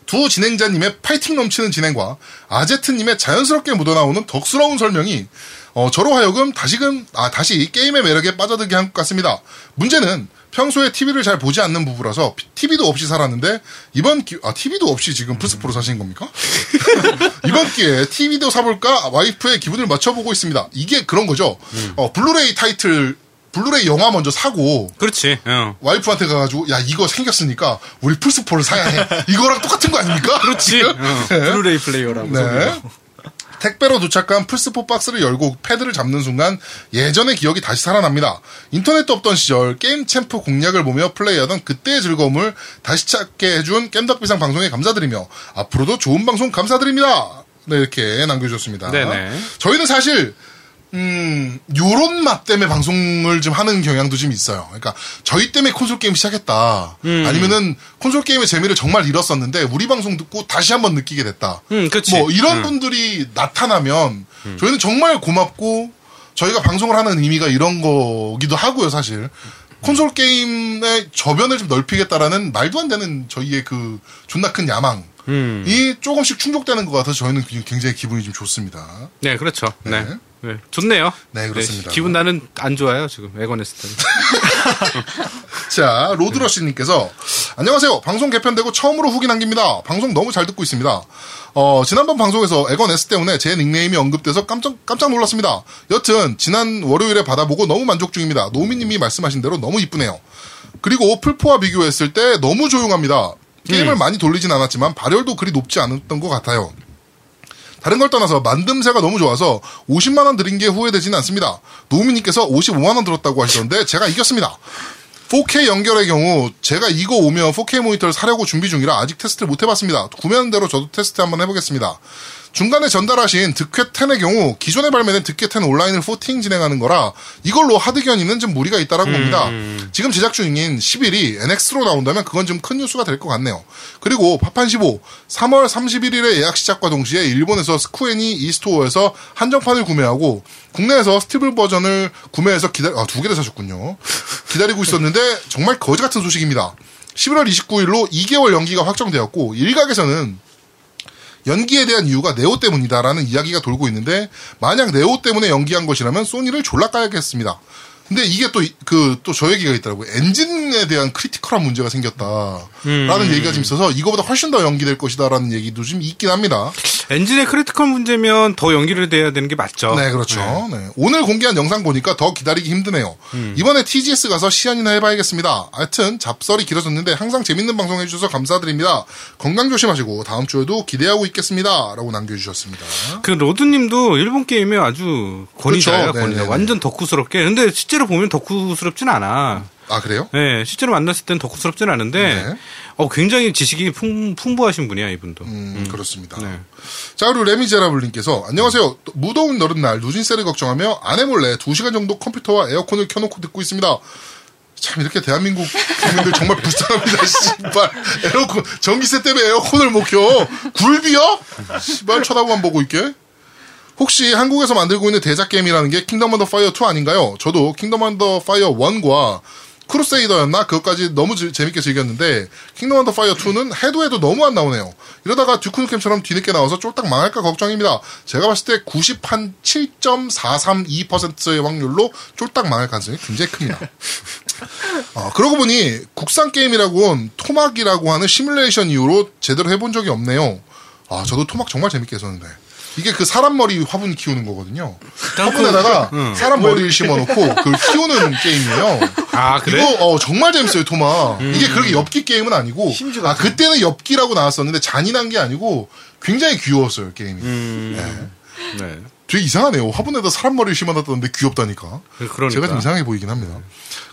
Speaker 1: 두 진행자님의 파이팅 넘치는 진행과 아제트님의 자연스럽게 묻어나오는 덕스러운 설명이 어, 저로 하여금 다시금 아 다시 게임의 매력에 빠져들게 한 것 같습니다. 문제는 평소에 TV를 잘 보지 않는 부부라서 TV도 없이 살았는데 이번 기, 아 TV도 없이 지금 플스 프로 사신 겁니까? 이번 기회에 TV도 사볼까 와이프의 기분을 맞춰보고 있습니다. 이게 그런 거죠. 어, 블루레이 타이틀 블루레이 영화 먼저 사고
Speaker 2: 그렇지. 어. 응.
Speaker 1: 와이프한테 가가지고 야 이거 생겼으니까 우리 플스4를 사야 해 이거랑 똑같은 거 아닙니까?
Speaker 2: 그렇지. 응.
Speaker 3: 블루레이 플레이어라고.
Speaker 1: 네. 택배로 도착한 플스4 박스를 열고 패드를 잡는 순간 예전의 기억이 다시 살아납니다. 인터넷도 없던 시절 게임 챔프 공략을 보며 플레이하던 그때의 즐거움을 다시 찾게 해준 겜덕비상 방송에 감사드리며 앞으로도 좋은 방송 감사드립니다. 네, 이렇게 남겨주셨습니다.
Speaker 2: 네네.
Speaker 1: 저희는 사실 음, 요런 맛 때문에 방송을 좀 하는 경향도 좀 있어요. 그러니까 저희 때문에 콘솔 게임 시작했다.
Speaker 2: 음.
Speaker 1: 아니면은 콘솔 게임의 재미를 정말 잃었었는데 우리 방송 듣고 다시 한번 느끼게 됐다.
Speaker 2: 음, 그치.
Speaker 1: 뭐 이런
Speaker 2: 음.
Speaker 1: 분들이 나타나면 저희는 정말 고맙고 저희가 방송을 하는 의미가 이런 거기도 하고요, 사실. 콘솔 게임의 저변을 좀 넓히겠다라는 말도 안 되는 저희의 그 존나 큰 야망이
Speaker 2: 음.
Speaker 1: 조금씩 충족되는 것 같아서 저희는 굉장히 기분이 좀 좋습니다.
Speaker 2: 네, 그렇죠. 네.
Speaker 1: 네.
Speaker 2: 네. 좋네요.
Speaker 1: 네, 그렇습니다.
Speaker 2: 기분 나는 안 좋아요, 지금. 에고네스턴.
Speaker 1: 자, 로드러시님께서 안녕하세요. 방송 개편되고 처음으로 후기 남깁니다. 방송 너무 잘 듣고 있습니다. 어, 지난번 방송에서 에건 S 때문에 제 닉네임이 언급돼서 깜짝, 깜짝 놀랐습니다. 여튼, 지난 월요일에 받아보고 너무 만족 중입니다. 노미님이 말씀하신 대로 너무 이쁘네요. 그리고 풀포와 비교했을 때 너무 조용합니다. 게임을 많이 돌리진 않았지만 발열도 그리 높지 않았던 것 같아요. 다른 걸 떠나서 만듦새가 너무 좋아서 50만 원 드린 게 후회되지는 않습니다. 노우미님께서 55만 원 들었다고 하시던데 제가 이겼습니다. 4K 연결의 경우 제가 이거 오면 4K 모니터를 사려고 준비 중이라 아직 테스트를 못 해봤습니다. 구매한 대로 저도 테스트 한번 해보겠습니다. 중간에 전달하신 득회 10의 경우 기존에 발매된 득회 10 온라인을 14 진행하는 거라 이걸로 하드 견인은 좀 무리가 있다라고 봅니다. 지금 제작 중인 10일이 NX로 나온다면 그건 좀 큰 뉴스가 될 것 같네요. 그리고 파판 15 3월 31일에 예약 시작과 동시에 일본에서 스쿠엔이 이스토어에서 한정판을 구매하고 국내에서 스티블 버전을 구매해서 기다려 아두 개를 사셨군요. 기다리고 있었는데 정말 거지 같은 소식입니다. 11월 29일로 2개월 연기가 확정되었고 일각에서는 연기에 대한 이유가 네오 때문이다라는 이야기가 돌고 있는데 만약 네오 때문에 연기한 것이라면 소니를 졸라 까야겠습니다. 근데 이게 또 그 또 저 얘기가 있더라고요. 엔진에 대한 크리티컬한 문제가 생겼다라는 얘기가 좀 있어서 이거보다 훨씬 더 연기될 것이다라는 얘기도 좀 있긴 합니다.
Speaker 2: 엔진의 크리티컬 문제면 더 연기를 돼야 되는 게 맞죠.
Speaker 1: 네, 그렇죠. 네. 오늘 공개한 영상 보니까 더 기다리기 힘드네요. 이번에 TGS 가서 시연이나 해봐야겠습니다. 하여튼 잡설이 길어졌는데 항상 재밌는 방송 해주셔서 감사드립니다. 건강 조심하시고 다음 주에도 기대하고 있겠습니다. 라고 남겨주셨습니다.
Speaker 2: 그 로드님도 일본 게임에 아주 권위자예요,
Speaker 1: 그렇죠.
Speaker 2: 권위자.
Speaker 1: 네네네.
Speaker 2: 완전 덕후스럽게. 근데 실제로 보면 덕후스럽진 않아.
Speaker 1: 아, 그래요?
Speaker 2: 네, 실제로 만났을 땐 덕후스럽진 않은데,
Speaker 1: 네.
Speaker 2: 어, 굉장히 지식이 풍, 풍부하신 분이야, 이분도.
Speaker 1: 음, 그렇습니다.
Speaker 2: 네.
Speaker 1: 자, 그리고 레미제라블님께서 안녕하세요. 또 무더운 여름날 누진세를 걱정하며 아내 몰래 2시간 정도 컴퓨터와 에어컨을 켜놓고 듣고 있습니다. 참 이렇게 대한민국 국민들 정말 불쌍합니다. 씨발 에어컨 전기세 때문에 에어컨을 못 켜. 굴비요? 씨발 쳐다보만 보고 있게. 혹시 한국에서 만들고 있는 대작 게임이라는 게 킹덤 언더 파이어 2 아닌가요? 저도 킹덤 언더 파이어 1과 크루세이더였나? 그것까지 너무 재- 재밌게 즐겼는데 킹덤 언더 파이어 2는 해도 해도 너무 안 나오네요. 이러다가 듀크누캠처럼 뒤늦게 나와서 쫄딱 망할까 걱정입니다. 제가 봤을 때 90한 7.432%의 확률로 쫄딱 망할 가능성이 굉장히 큽니다. 아, 그러고 보니 국산 게임이라고는 토막이라고 하는 시뮬레이션 이후로 제대로 해본 적이 없네요. 아, 저도 토막 정말 재밌게 했었는데. 이게 그 사람 머리 화분 키우는 거거든요.
Speaker 2: 그,
Speaker 1: 화분에다가 사람 머리를 심어놓고 그걸 키우는 게임이에요.
Speaker 2: 아, 그래? 음.
Speaker 1: 이거 어, 정말 재밌어요, 토막. 이게 그렇게 엽기 게임은 아니고 아, 그때는 엽기라고 나왔었는데 잔인한 게 아니고 굉장히 귀여웠어요, 게임이.
Speaker 2: 음. 네.
Speaker 1: 되게 이상하네요. 화분에다 사람 머리를 심어놨다는데 귀엽다니까.
Speaker 2: 그러니까.
Speaker 1: 제가 좀 이상하게 보이긴 합니다.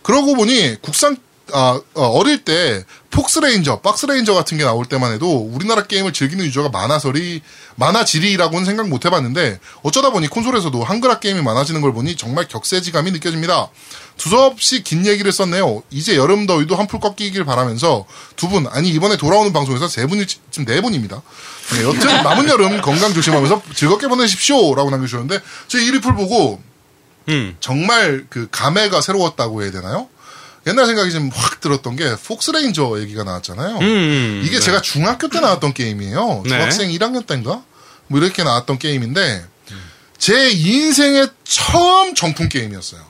Speaker 1: 그러고 보니 국산 아, 어, 어릴 때 폭스레인저, 박스레인저 같은 게 나올 때만 해도 우리나라 게임을 즐기는 유저가 많아서리 많아지리라고는 생각 못 해봤는데 어쩌다 보니 콘솔에서도 한글화 게임이 많아지는 걸 보니 정말 격세지감이 느껴집니다. 두서없이 긴 얘기를 썼네요. 이제 여름 더위도 한풀 꺾이길 바라면서 두 분 아니 이번에 돌아오는 방송에서 세 분이 지금 네 분입니다. 네, 여튼 남은 여름 건강 조심하면서 즐겁게 보내십시오라고 남겨주셨는데 저 이 리플 보고
Speaker 2: 음.
Speaker 1: 정말 그 감회가 새로웠다고 해야 되나요? 옛날 생각이 좀 확 들었던 게 폭스레인저 얘기가 나왔잖아요.
Speaker 2: 음.
Speaker 1: 이게
Speaker 2: 네.
Speaker 1: 제가 중학교 때 나왔던 게임이에요.
Speaker 2: 네.
Speaker 1: 중학생 1학년 때인가? 뭐 이렇게 나왔던 게임인데 제 인생의 처음 정품 게임이었어요.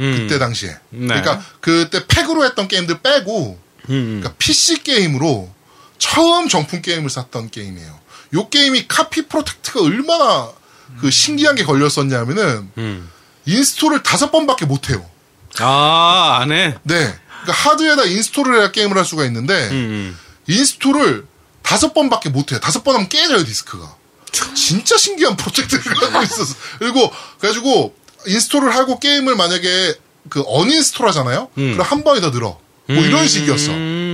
Speaker 2: 음.
Speaker 1: 그때 당시에.
Speaker 2: 네.
Speaker 1: 그러니까 그때 팩으로 했던 게임들 빼고
Speaker 2: 음.
Speaker 1: 그러니까 PC 게임으로 처음 정품 게임을 샀던 게임이에요. 요 게임이 카피 프로텍트가 얼마나 그 신기한 게 걸렸었냐면은
Speaker 2: 음.
Speaker 1: 인스톨을 다섯 번밖에 못 해요.
Speaker 2: 아, 안 해.
Speaker 1: 네. 그러니까 하드에다 인스톨을 해야 게임을 할 수가 있는데
Speaker 2: 음.
Speaker 1: 인스톨을 다섯 번밖에 못 해요. 다섯 번 하면 깨져요 디스크가. 진짜 신기한 프로젝트를 갖고 있었어. 그리고 그래가지고 인스톨을 하고 게임을 만약에 그 언인스톨 하잖아요. 그럼 한 번이 더 늘어. 뭐 이런 식이었어.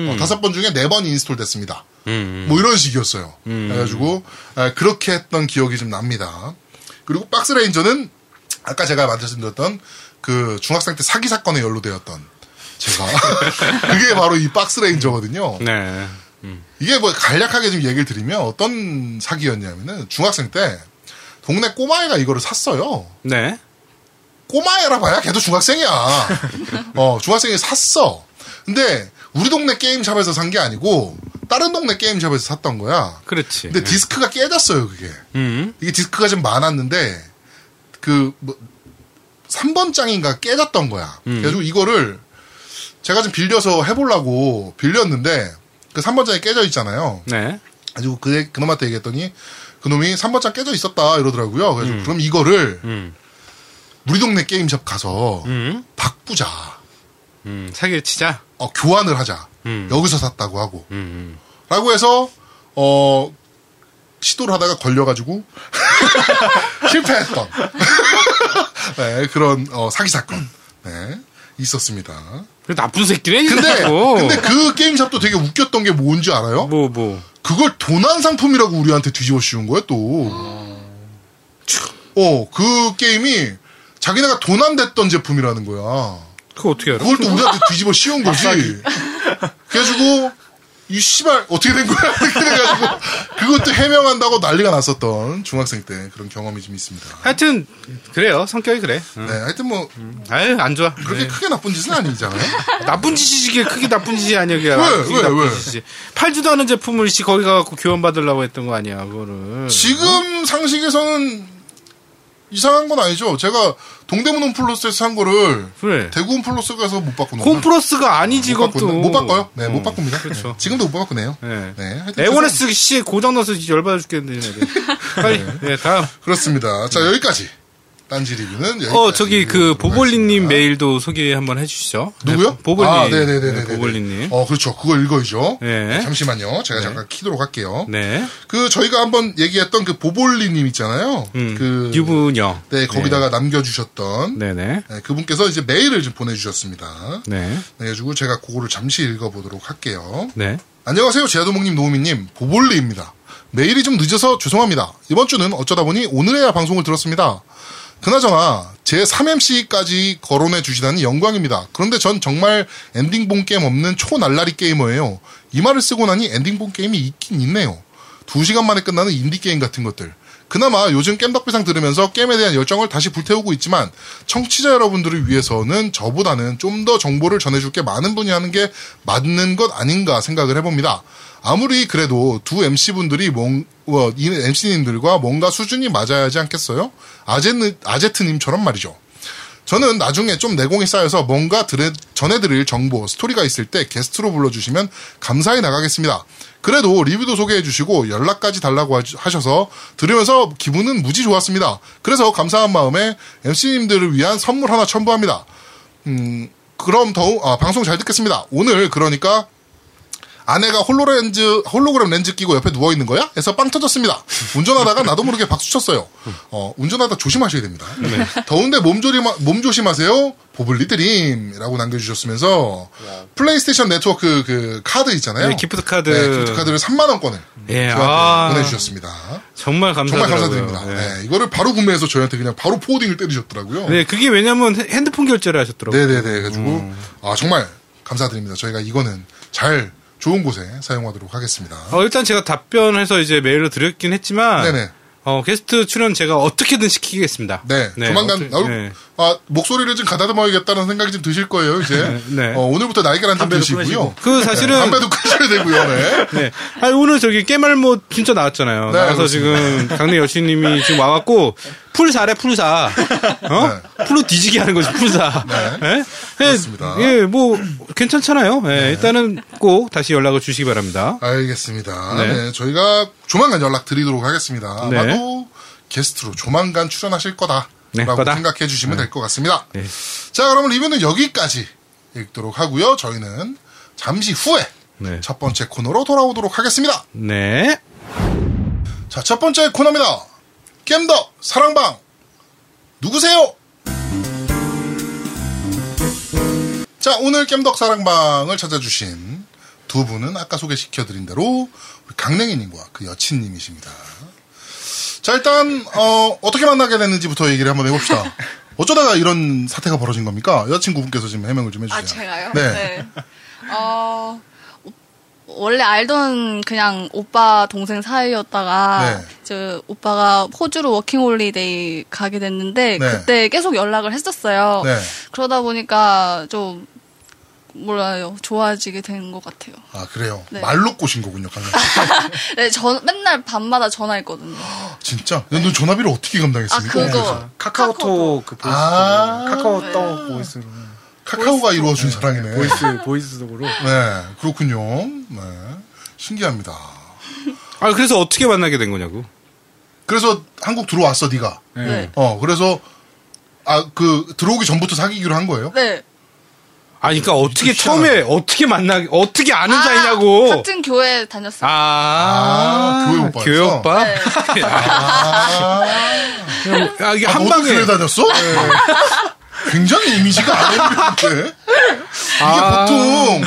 Speaker 1: 어, 다섯 번 중에 네 번 인스톨 됐습니다.
Speaker 2: 음.
Speaker 1: 뭐 이런 식이었어요. 그래가지고 아, 그렇게 했던 기억이 좀 납니다. 그리고 박스레인저는 아까 제가 말씀드렸던 그 중학생 때 사기 사건에 연루되었던 제가 그게 바로 이 박스레인저거든요.
Speaker 2: 네.
Speaker 1: 이게 뭐 간략하게 좀 얘기를 드리면 어떤 사기였냐면은 중학생 때 동네 꼬마애가 이거를 샀어요.
Speaker 2: 네.
Speaker 1: 꼬마애라 봐야 걔도 중학생이야. 어, 중학생이 샀어. 근데 우리 동네 게임샵에서 산 게 아니고 다른 동네 게임샵에서 샀던 거야.
Speaker 2: 그렇지.
Speaker 1: 근데 디스크가 깨졌어요, 그게.
Speaker 2: 음.
Speaker 1: 이게 디스크가 좀 많았는데 그 뭐, 3번 장인가 깨졌던 거야.
Speaker 2: 음.
Speaker 1: 그래가지고 이거를 제가 좀 빌려서 해보려고 빌렸는데 그 3번 장이 깨져 있잖아요.
Speaker 2: 네.
Speaker 1: 가지고 그, 애- 그놈한테 얘기했더니 그놈이 3번장 깨져 있었다 이러더라고요. 그래서 그럼 이거를
Speaker 2: 음.
Speaker 1: 우리 동네 게임샵 가서
Speaker 2: 음.
Speaker 1: 바꾸자.
Speaker 2: 음. 사기를 치자.
Speaker 1: 어, 교환을 하자.
Speaker 2: 음.
Speaker 1: 여기서 샀다고 하고.
Speaker 2: 음.
Speaker 1: 라고 해서 어 시도를 하다가 걸려가지고 실패했던 네, 그런 어, 사기 사건 네, 있었습니다.
Speaker 2: 그 나쁜 새끼네,
Speaker 1: 근데
Speaker 2: 자꾸.
Speaker 1: 근데 그 게임샵도 되게 웃겼던 게 뭔지 알아요?
Speaker 2: 뭐, 뭐.
Speaker 1: 그걸 도난 상품이라고 우리한테 뒤집어 씌운 거예요 또. 어, 그 게임이 자기네가 도난됐던 제품이라는 거야.
Speaker 2: 그거 어떻게 알아?
Speaker 1: 그걸 또 우리한테 뒤집어 씌운 거지. 그래가지고, 이 씨발, 어떻게 된 거야? 이렇게 돼가지고, 그것도 해명한다고 난리가 났었던 중학생 때 그런 경험이 좀 있습니다.
Speaker 2: 하여튼, 그래요. 성격이 그래. 응.
Speaker 1: 네, 하여튼 뭐,
Speaker 2: 아유, 안 좋아.
Speaker 1: 그렇게
Speaker 2: 음. 네.
Speaker 1: 크게 나쁜 짓은 아니잖아요.
Speaker 2: 나쁜 짓이지, 이게 크게 나쁜 짓이 아니야, 그게.
Speaker 1: 왜,
Speaker 2: 그게
Speaker 1: 왜,
Speaker 2: 나쁜
Speaker 1: 왜?
Speaker 2: 짓이지. 팔지도 않은 제품을 씨, 거기 가갖고 교환받으려고 했던 거 아니야, 그거를.
Speaker 1: 지금 상식에서는 이상한 건 아니죠. 제가 동대문 홈플러스에서 산 거를
Speaker 2: 그래.
Speaker 1: 대구 홈플러스 가서 못 바꾸는
Speaker 2: 홈플러스가 아니지,
Speaker 1: 못,
Speaker 2: 이것도.
Speaker 1: 바꾸는- 못 바꿔요. 네, 못
Speaker 2: 어,
Speaker 1: 바꿉니다.
Speaker 2: 그렇죠.
Speaker 1: 네, 지금도 못 바꾸네요.
Speaker 2: 네.
Speaker 1: 네, 하여튼
Speaker 2: 에원에스 씨 고장나서 열받아 죽겠는데. 얘네들. 빨리. 네, 다음.
Speaker 1: 그렇습니다. 자 여기까지 딴지 리뷰는 여기까지.
Speaker 2: 네. 어, 저기 그 보볼리님
Speaker 1: 하겠습니다. 아,
Speaker 2: 메일도 소개 한번 해주시죠.
Speaker 1: 누구요?
Speaker 2: 네, 보볼님.
Speaker 1: 아, 네네네네.
Speaker 2: 네, 보볼리님.
Speaker 1: 어, 그렇죠. 그거 읽어야죠.
Speaker 2: 네.
Speaker 1: 잠시만요. 제가
Speaker 2: 네.
Speaker 1: 잠깐 키도록 할게요.
Speaker 2: 네.
Speaker 1: 그 저희가 한번 얘기했던 그 보볼리님 있잖아요.
Speaker 2: 음,
Speaker 1: 그
Speaker 2: 유부녀.
Speaker 1: 네, 거기다가 남겨주셨던
Speaker 2: 네. 네네.
Speaker 1: 네, 그분께서 이제 메일을 좀 보내주셨습니다.
Speaker 2: 네.
Speaker 1: 그래가지고 제가 그거를 잠시 읽어보도록 할게요.
Speaker 2: 네.
Speaker 1: 안녕하세요. 제아도목님, 노우미님, 보볼리입니다. 메일이 좀 늦어서 죄송합니다. 이번 주는 어쩌다 보니 오늘에야 방송을 들었습니다. 그나저나 제 3MC까지 거론해 주시다니 영광입니다. 그런데 전 정말 엔딩본 게임 없는 초날라리 게이머예요. 이 말을 쓰고 나니 엔딩본 게임이 있긴 있네요. 두시간 만에 끝나는 인디게임 같은 것들. 그나마 요즘 겜덕비상 들으면서 게임에 대한 열정을 다시 불태우고 있지만 청취자 여러분들을 위해서는 저보다는 좀 더 정보를 전해줄 게 많은 분이 하는 게 맞는 것 아닌가 생각을 해봅니다. 아무리 그래도 두 MC분들이 뭔, 어, 이 MC님들과 뭔가 수준이 맞아야 하지 않겠어요? 아제는, 아제트님처럼 말이죠. 저는 나중에 좀 내공이 쌓여서 뭔가 드레- 전해드릴 정보, 스토리가 있을 때 게스트로 불러주시면 감사히 나가겠습니다. 그래도 리뷰도 소개해주시고 연락까지 달라고 하- 하셔서 들으면서 기분은 무지 좋았습니다. 그래서 감사한 마음에 MC님들을 위한 선물 하나 첨부합니다. 음, 그럼 더욱, 아, 방송 잘 듣겠습니다. 오늘 그러니까 아내가 홀로렌즈, 홀로그램 렌즈 끼고 옆에 누워있는 거야? 해서 빵 터졌습니다. 운전하다가 나도 모르게 박수 쳤어요. 어, 운전하다 조심하셔야 됩니다.
Speaker 2: 네.
Speaker 1: 더운데 몸조림, 몸조심하세요. 보블리드림이라고 남겨주셨으면서 플레이스테이션 네트워크 그 카드 있잖아요.
Speaker 2: 네, 기프트 카드.
Speaker 1: 네, 기프트 카드를 3만원권을
Speaker 2: 예,
Speaker 1: 저한테
Speaker 2: 아.
Speaker 1: 보내주셨습니다.
Speaker 2: 정말 감사
Speaker 1: 정말 감사드립니다. 네, 이거를 바로 구매해서 저희한테 그냥 바로 포워딩을 때리셨더라고요.
Speaker 2: 네, 그게 왜냐면 핸- 핸드폰 결제를 하셨더라고요.
Speaker 1: 네네네. 가지고 아 정말 감사드립니다. 저희가 이거는 잘 좋은 곳에 사용하도록 하겠습니다.
Speaker 2: 어, 일단 제가 답변해서 이제 메일로 드렸긴 했지만
Speaker 1: 네. 네네.
Speaker 2: 어, 게스트 출연 제가 어떻게든 시키겠습니다.
Speaker 1: 네, 조만간
Speaker 2: 어떻게-
Speaker 1: 아우,
Speaker 2: 네.
Speaker 1: 아, 목소리를 좀 가다듬어야겠다는 생각이 좀 드실 거예요. 이제
Speaker 2: 네.
Speaker 1: 어, 오늘부터 나이가 한잔
Speaker 5: 담배도
Speaker 1: 드시고요.
Speaker 5: 끊으시고.
Speaker 2: 그
Speaker 1: 네,
Speaker 2: 사실은
Speaker 1: 담배도 끊셔야 되고요. 네.
Speaker 2: 네. 아니, 오늘 저기 깨말모 진짜 나왔잖아요.
Speaker 1: 네,
Speaker 2: 나와서
Speaker 1: 그렇습니다.
Speaker 2: 지금 강내 여신님이 지금 와갖고 풀 사래 풀 사. 어? 풀로 뒤지게 하는 거지 풀 사. 네.
Speaker 1: 네. 그렇습니다. 네.
Speaker 2: 예, 뭐 괜찮잖아요. 예, 일단은 꼭 다시 연락을 주시기 바랍니다.
Speaker 1: 알겠습니다.
Speaker 2: 네.
Speaker 1: 네. 저희가 조만간 연락 드리도록 하겠습니다.
Speaker 2: 네.
Speaker 1: 아마도 게스트로 조만간 출연하실 거다라고
Speaker 2: 네, 거다.
Speaker 1: 생각해 주시면 될 것 같습니다.
Speaker 2: 네.
Speaker 1: 자, 그러면 리뷰는 여기까지 읽도록 하고요. 저희는 잠시 후에
Speaker 2: 네.
Speaker 1: 첫 번째 코너로 돌아오도록 하겠습니다.
Speaker 2: 네.
Speaker 1: 자, 첫 번째 코너입니다. 겜더 사랑방 누구세요? 자, 오늘 겜덕 사랑방을 찾아주신 두 분은 아까 소개시켜드린 대로 우리 강냉이님과 그 여친님이십니다. 자, 일단 어, 어떻게 만나게 됐는지부터 얘기를 한번 해봅시다. 어쩌다가 이런 사태가 벌어진 겁니까? 여자친구분께서 지금 해명을 좀 해주세요.
Speaker 4: 아, 제가요?
Speaker 1: 네.
Speaker 4: 어, 오- 원래 알던 그냥 오빠 동생 사이였다가
Speaker 1: 네.
Speaker 4: 저 오빠가 호주로 워킹홀리데이 가게
Speaker 1: 네.
Speaker 4: 됐는데 그때 계속 연락을 했었어요.
Speaker 1: 네.
Speaker 4: 그러다 보니까 좀 몰라요 좋아지게 된 것 같아요.
Speaker 1: 아, 그래요.
Speaker 4: 네.
Speaker 1: 말로 꼬신 거군요, 강냉이.
Speaker 4: 네, 전 맨날 밤마다 전화했거든요.
Speaker 1: 진짜? 야, 너 전화비를 어떻게
Speaker 4: 네. 아
Speaker 1: 감당했습니까?
Speaker 4: 그거
Speaker 5: 카카오톡 그 보이스
Speaker 1: 아.
Speaker 5: 카카오톡 보이스
Speaker 1: 카카오가 이루어준 사랑이네.
Speaker 3: 그
Speaker 5: 보이스 보이스톡으로
Speaker 1: 네, 그렇군요. 네. 신기합니다.
Speaker 2: 아 그래서 어떻게 만나게 된 거냐고.
Speaker 1: 그래서 한국 들어왔어, 네가.
Speaker 4: 네.
Speaker 1: 어, 그래서 아, 그 들어오기 전부터 사귀기로 한 거예요?
Speaker 4: 네.
Speaker 2: 아니 그러니까 어떻게
Speaker 1: 희한하다.
Speaker 2: 처음에 어떻게 만나 어떻게 아는
Speaker 4: 아,
Speaker 2: 사이냐고.
Speaker 4: 같은 교회
Speaker 2: 아,
Speaker 4: 다녔어요.
Speaker 1: 아, 교회 오빠였어?
Speaker 2: 교회 오빠?
Speaker 4: 네.
Speaker 1: 아,
Speaker 2: 아, 이게
Speaker 1: 아,
Speaker 2: 한
Speaker 1: 너도
Speaker 2: 방에.
Speaker 1: 그래 다녔어? 네. 굉장히 이미지가 안 어울리는데. 이게 보통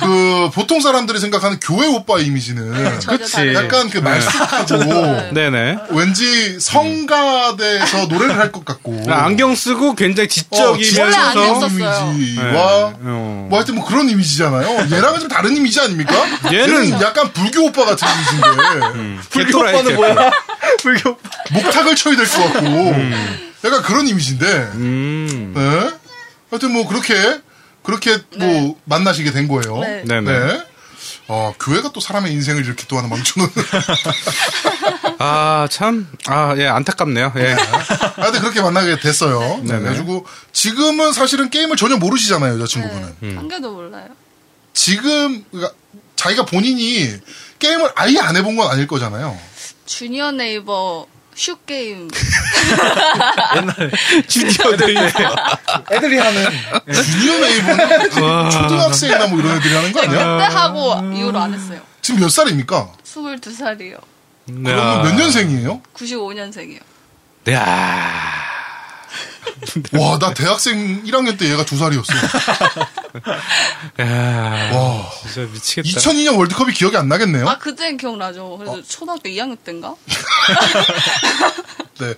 Speaker 1: 그 보통 사람들이 생각하는 교회 오빠의 이미지는
Speaker 4: 전혀
Speaker 2: 그치.
Speaker 4: 다른.
Speaker 1: 약간 그 말쑥하고
Speaker 2: 네네.
Speaker 1: 왠지 성가대에서 노래를 할 것 같고
Speaker 2: 아, 안경 쓰고 굉장히
Speaker 4: 어, 원래
Speaker 2: 지적이면서
Speaker 4: 안경 썼어요.
Speaker 1: 이미지와
Speaker 2: 네. 어.
Speaker 1: 뭐 하여튼 뭐 그런 이미지잖아요. 얘랑은 좀 다른 이미지 아닙니까?
Speaker 2: 얘는 음.
Speaker 1: 약간 불교 오빠 같은 이미지인데
Speaker 5: 불교
Speaker 2: 개또라이
Speaker 5: 오빠는
Speaker 2: 개또라이.
Speaker 5: 뭐야 불교 오빠
Speaker 1: 목탁을 쳐야 될 것 같고 약간 그런 이미지인데
Speaker 2: 음.
Speaker 1: 네? 하여튼 뭐 그렇게 그렇게 뭐 만나시게 된 거예요.
Speaker 4: 네.
Speaker 2: 네네.
Speaker 1: 아, 교회가 또 사람의 인생을 이렇게 또 하나 망쳐놓는.
Speaker 2: 아, 참. 아, 예, 안타깝네요. 예.
Speaker 1: 하여튼 그렇게 만나게 됐어요.
Speaker 2: 네네.
Speaker 1: 그래가지고 지금은 사실은 게임을 전혀 모르시잖아요, 여자친구분은.
Speaker 4: 네, 한 개도 몰라요.
Speaker 1: 지금 그러니까 자기가 본인이 게임을 아예 안 해본 건 아닐 거잖아요.
Speaker 4: 주니어 네이버 슈게임.
Speaker 1: 네.
Speaker 2: 주니어 데이.
Speaker 3: 애들이 하는
Speaker 1: 주니어 네이버는 초등학생이나 뭐 이런 애들이 하는 거
Speaker 4: 그때
Speaker 1: 아니야?
Speaker 4: 하고 이후로 안 했어요.
Speaker 1: 지금 몇 살입니까?
Speaker 4: 22살이요.
Speaker 2: 네.
Speaker 1: 그러면 뭐
Speaker 2: 아.
Speaker 1: 몇 년생이에요?
Speaker 4: 95년생이요.
Speaker 2: 야.
Speaker 1: 와, 나 대학생 1학년 때 얘가 두살이었어
Speaker 2: 야.
Speaker 1: 와.
Speaker 2: 진짜 미치겠다.
Speaker 1: 2002년 월드컵이 기억이 안 나겠네요?
Speaker 4: 아, 그땐 기억나죠. 그래서
Speaker 1: 어?
Speaker 4: 초등학교 2학년 때인가?
Speaker 1: 네.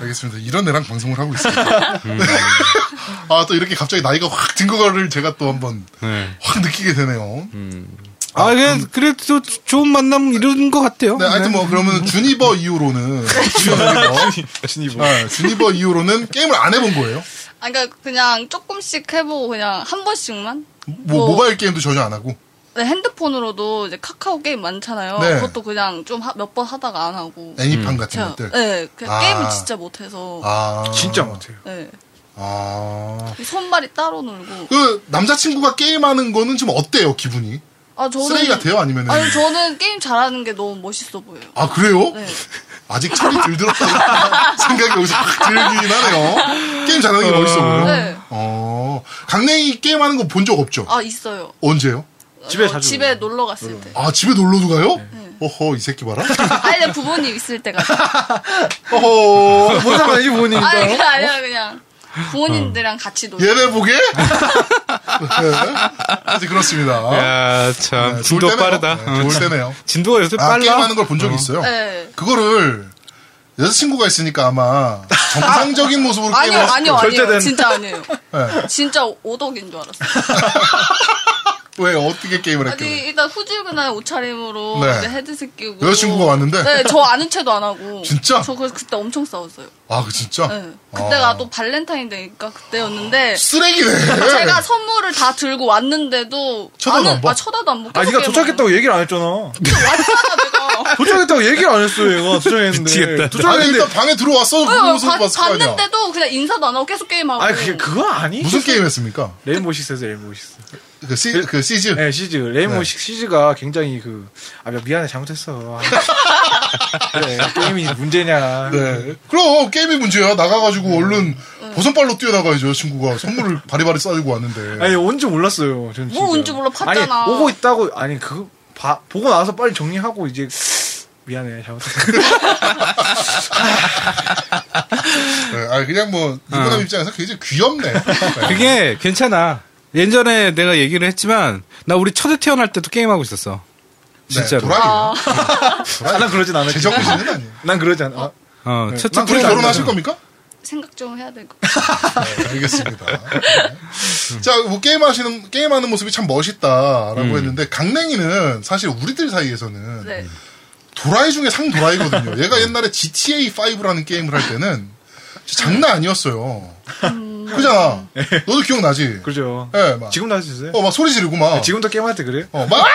Speaker 1: 알겠습니다. 이런 애랑 방송을 하고 있습니다. 아, 또 이렇게 갑자기 나이가 확 든 거를 제가 또 한번
Speaker 2: 네.
Speaker 1: 확 느끼게 되네요.
Speaker 2: 아, 그래, 그래도 좋은 만남 이런 것
Speaker 4: 어,
Speaker 2: 같아요.
Speaker 1: 네, 하여튼 뭐, 그러면 주니버 이후로는,
Speaker 5: 진입.
Speaker 1: 아, 주니버 이후로는 게임을 안 해본 거예요?
Speaker 4: 아, 그러니까 그냥 조금씩 해보고 그냥 한 번씩만?
Speaker 1: 뭐,
Speaker 4: 뭐.
Speaker 1: 모바일 게임도 전혀 안 하고.
Speaker 4: 네, 핸드폰으로도 이제 카카오 게임 많잖아요.
Speaker 1: 네.
Speaker 4: 그것도 그냥 좀 몇 번 하다가 안 하고.
Speaker 1: 애니판 같은
Speaker 4: 제가,
Speaker 1: 것들.
Speaker 4: 네, 그냥
Speaker 1: 아.
Speaker 4: 게임을 진짜 못해서.
Speaker 1: 아.
Speaker 5: 진짜 못해요.
Speaker 4: 네.
Speaker 1: 아.
Speaker 4: 손발이 따로 놀고.
Speaker 1: 그, 남자친구가 게임하는 거는 좀 어때요, 기분이?
Speaker 4: 아, 저는.
Speaker 1: 쓰레기가 돼요? 아니면은?
Speaker 4: 아니, 저는 게임 잘하는 게 너무 멋있어 보여요.
Speaker 1: 아, 그래요?
Speaker 4: 네.
Speaker 1: 아직 철이 덜 들었다는 생각이 여기서 확 들긴 하네요. 게임 잘하는 게 멋있어 보여요.
Speaker 4: 네.
Speaker 1: 어, 강냉이 게임하는 거 본 적 없죠?
Speaker 4: 아, 있어요.
Speaker 1: 언제요?
Speaker 5: 집에
Speaker 4: 어,
Speaker 5: 자주
Speaker 4: 집에
Speaker 5: 놀러요.
Speaker 4: 놀러 갔을 때.
Speaker 1: 아, 집에 놀러도 가요?
Speaker 4: 네.
Speaker 1: 어허, 이 새끼 봐라.
Speaker 4: 아니, 내 부모님 있을 때가.
Speaker 1: 어허,
Speaker 3: 뭔 상관이지 보니까
Speaker 4: 아니, 그게 아니라 그냥 부모님들이랑 같이 놀고.
Speaker 1: 어. 얘네 보게? 네. 하여튼 그렇습니다.
Speaker 2: 야, 참.
Speaker 1: 네,
Speaker 2: 진도
Speaker 1: 좋을 예. 때네요.
Speaker 2: 빠르다.
Speaker 1: 네,
Speaker 2: 어,
Speaker 1: 좋을 때네요.
Speaker 2: 진도가 요새
Speaker 1: 아,
Speaker 2: 빨라.
Speaker 1: 게임하는 걸 본 적이 있어요.
Speaker 4: 네.
Speaker 1: 그거를 여자친구가 있으니까 아마 정상적인 모습으로
Speaker 4: 아니요,
Speaker 1: 게임을 했을
Speaker 4: 아니요,
Speaker 1: 거예요.
Speaker 4: 아니요.
Speaker 5: 절제된-
Speaker 4: 진짜 아니에요.
Speaker 1: 네.
Speaker 4: 진짜 오덕인 줄 알았어요.
Speaker 1: 왜, 어떻게 게임을
Speaker 4: 아니,
Speaker 1: 했길래.
Speaker 4: 일단 후줄근한 옷차림으로
Speaker 1: 네.
Speaker 4: 이제 헤드셋 끼고.
Speaker 1: 여자친구가 왔는데?
Speaker 4: 네, 저 아는 체도 안 하고.
Speaker 1: 진짜?
Speaker 4: 저 그래서 그때 엄청 싸웠어요.
Speaker 1: 아, 그 진짜?
Speaker 4: 네. 그때가 또 발렌타인데이니까 그때였는데.
Speaker 1: 쓰레기네.
Speaker 4: 제가 선물을 다 들고 왔는데도
Speaker 1: 쳐다도 안 봐?
Speaker 4: 아, 쳐다도 안 보고
Speaker 3: 아
Speaker 4: 계속
Speaker 3: 니가 도착했다고 얘기를 안 했잖아
Speaker 4: 왔잖아 내가
Speaker 3: 도착했다고 얘기를 안 했어 얘가 도착했는데
Speaker 2: 미치겠다.
Speaker 1: 아니,
Speaker 3: 도착했는데
Speaker 1: 일단 방에 들어왔어. 그
Speaker 4: 왜, 왜,
Speaker 1: 모습
Speaker 4: 봐-
Speaker 1: 봤을 거 아니야.
Speaker 4: 봤는데도 그냥 인사도 안 하고 계속 게임하고
Speaker 5: 아 그게 그거 아니?
Speaker 1: 무슨 게임 했습니까?
Speaker 5: 레인보우 식스에서 레인보우 식스.
Speaker 1: 그, 시, 그 시즈?
Speaker 5: 네 시즈 레인보우
Speaker 1: 네.
Speaker 5: 식스 시즈가 굉장히 그아 미안해 잘못했어. 아, 네, 게임이 문제냐.
Speaker 1: 네. 그럼 게임이 문제야. 나가가지고 얼른
Speaker 4: 네.
Speaker 1: 버선발로 뛰어나가야죠. 친구가 선물을 바리바리 싸들고 왔는데.
Speaker 5: 아니 온 줄 몰랐어요. 저는
Speaker 4: 뭐
Speaker 5: 진짜.
Speaker 4: 온줄 몰라, 봤잖아.
Speaker 5: 아니 오고 있다고 아니 그 봐, 보고 나서 빨리 정리하고 이제 미안해 잘못했어.
Speaker 1: 네. 아니, 그냥 뭐
Speaker 5: 어.
Speaker 1: 이분의 입장에서 굉장히 귀엽네. 네.
Speaker 2: 그게 괜찮아. 예전에 내가 얘기를 했지만 나 우리 첫애 태어날 때도 게임하고 있었어. 진짜로.
Speaker 1: 네, 도라이예요.
Speaker 5: 아, 난 아, 그러진 않았지.
Speaker 1: 제정신은 아니에요.
Speaker 5: 난 그러지 않아. 아,
Speaker 2: 어, 첫째
Speaker 1: 네. 난 둘이
Speaker 2: 태어날
Speaker 1: 결혼하실
Speaker 2: 때도.
Speaker 1: 겁니까?
Speaker 4: 생각 좀 해야 될 것 같아요
Speaker 1: 네, 알겠습니다. 네. 자, 뭐 게임 하시는 게임 하는 모습이 참 멋있다라고
Speaker 5: 음.
Speaker 1: 했는데 강냉이는 사실 우리들 사이에서는
Speaker 4: 네.
Speaker 1: 도라이 중에 상 도라이거든요. 얘가 옛날에 GTA 5라는 게임을 할 때는 진짜 장난 아니었어요. 그잖아. 너도 기억나지?
Speaker 5: 그죠.
Speaker 1: 예, 막.
Speaker 5: 지금도 할 수 있어요?
Speaker 1: 어, 막 소리 지르고 막.
Speaker 5: 지금도 게임할 때 그래요?
Speaker 1: 어, 막. 아!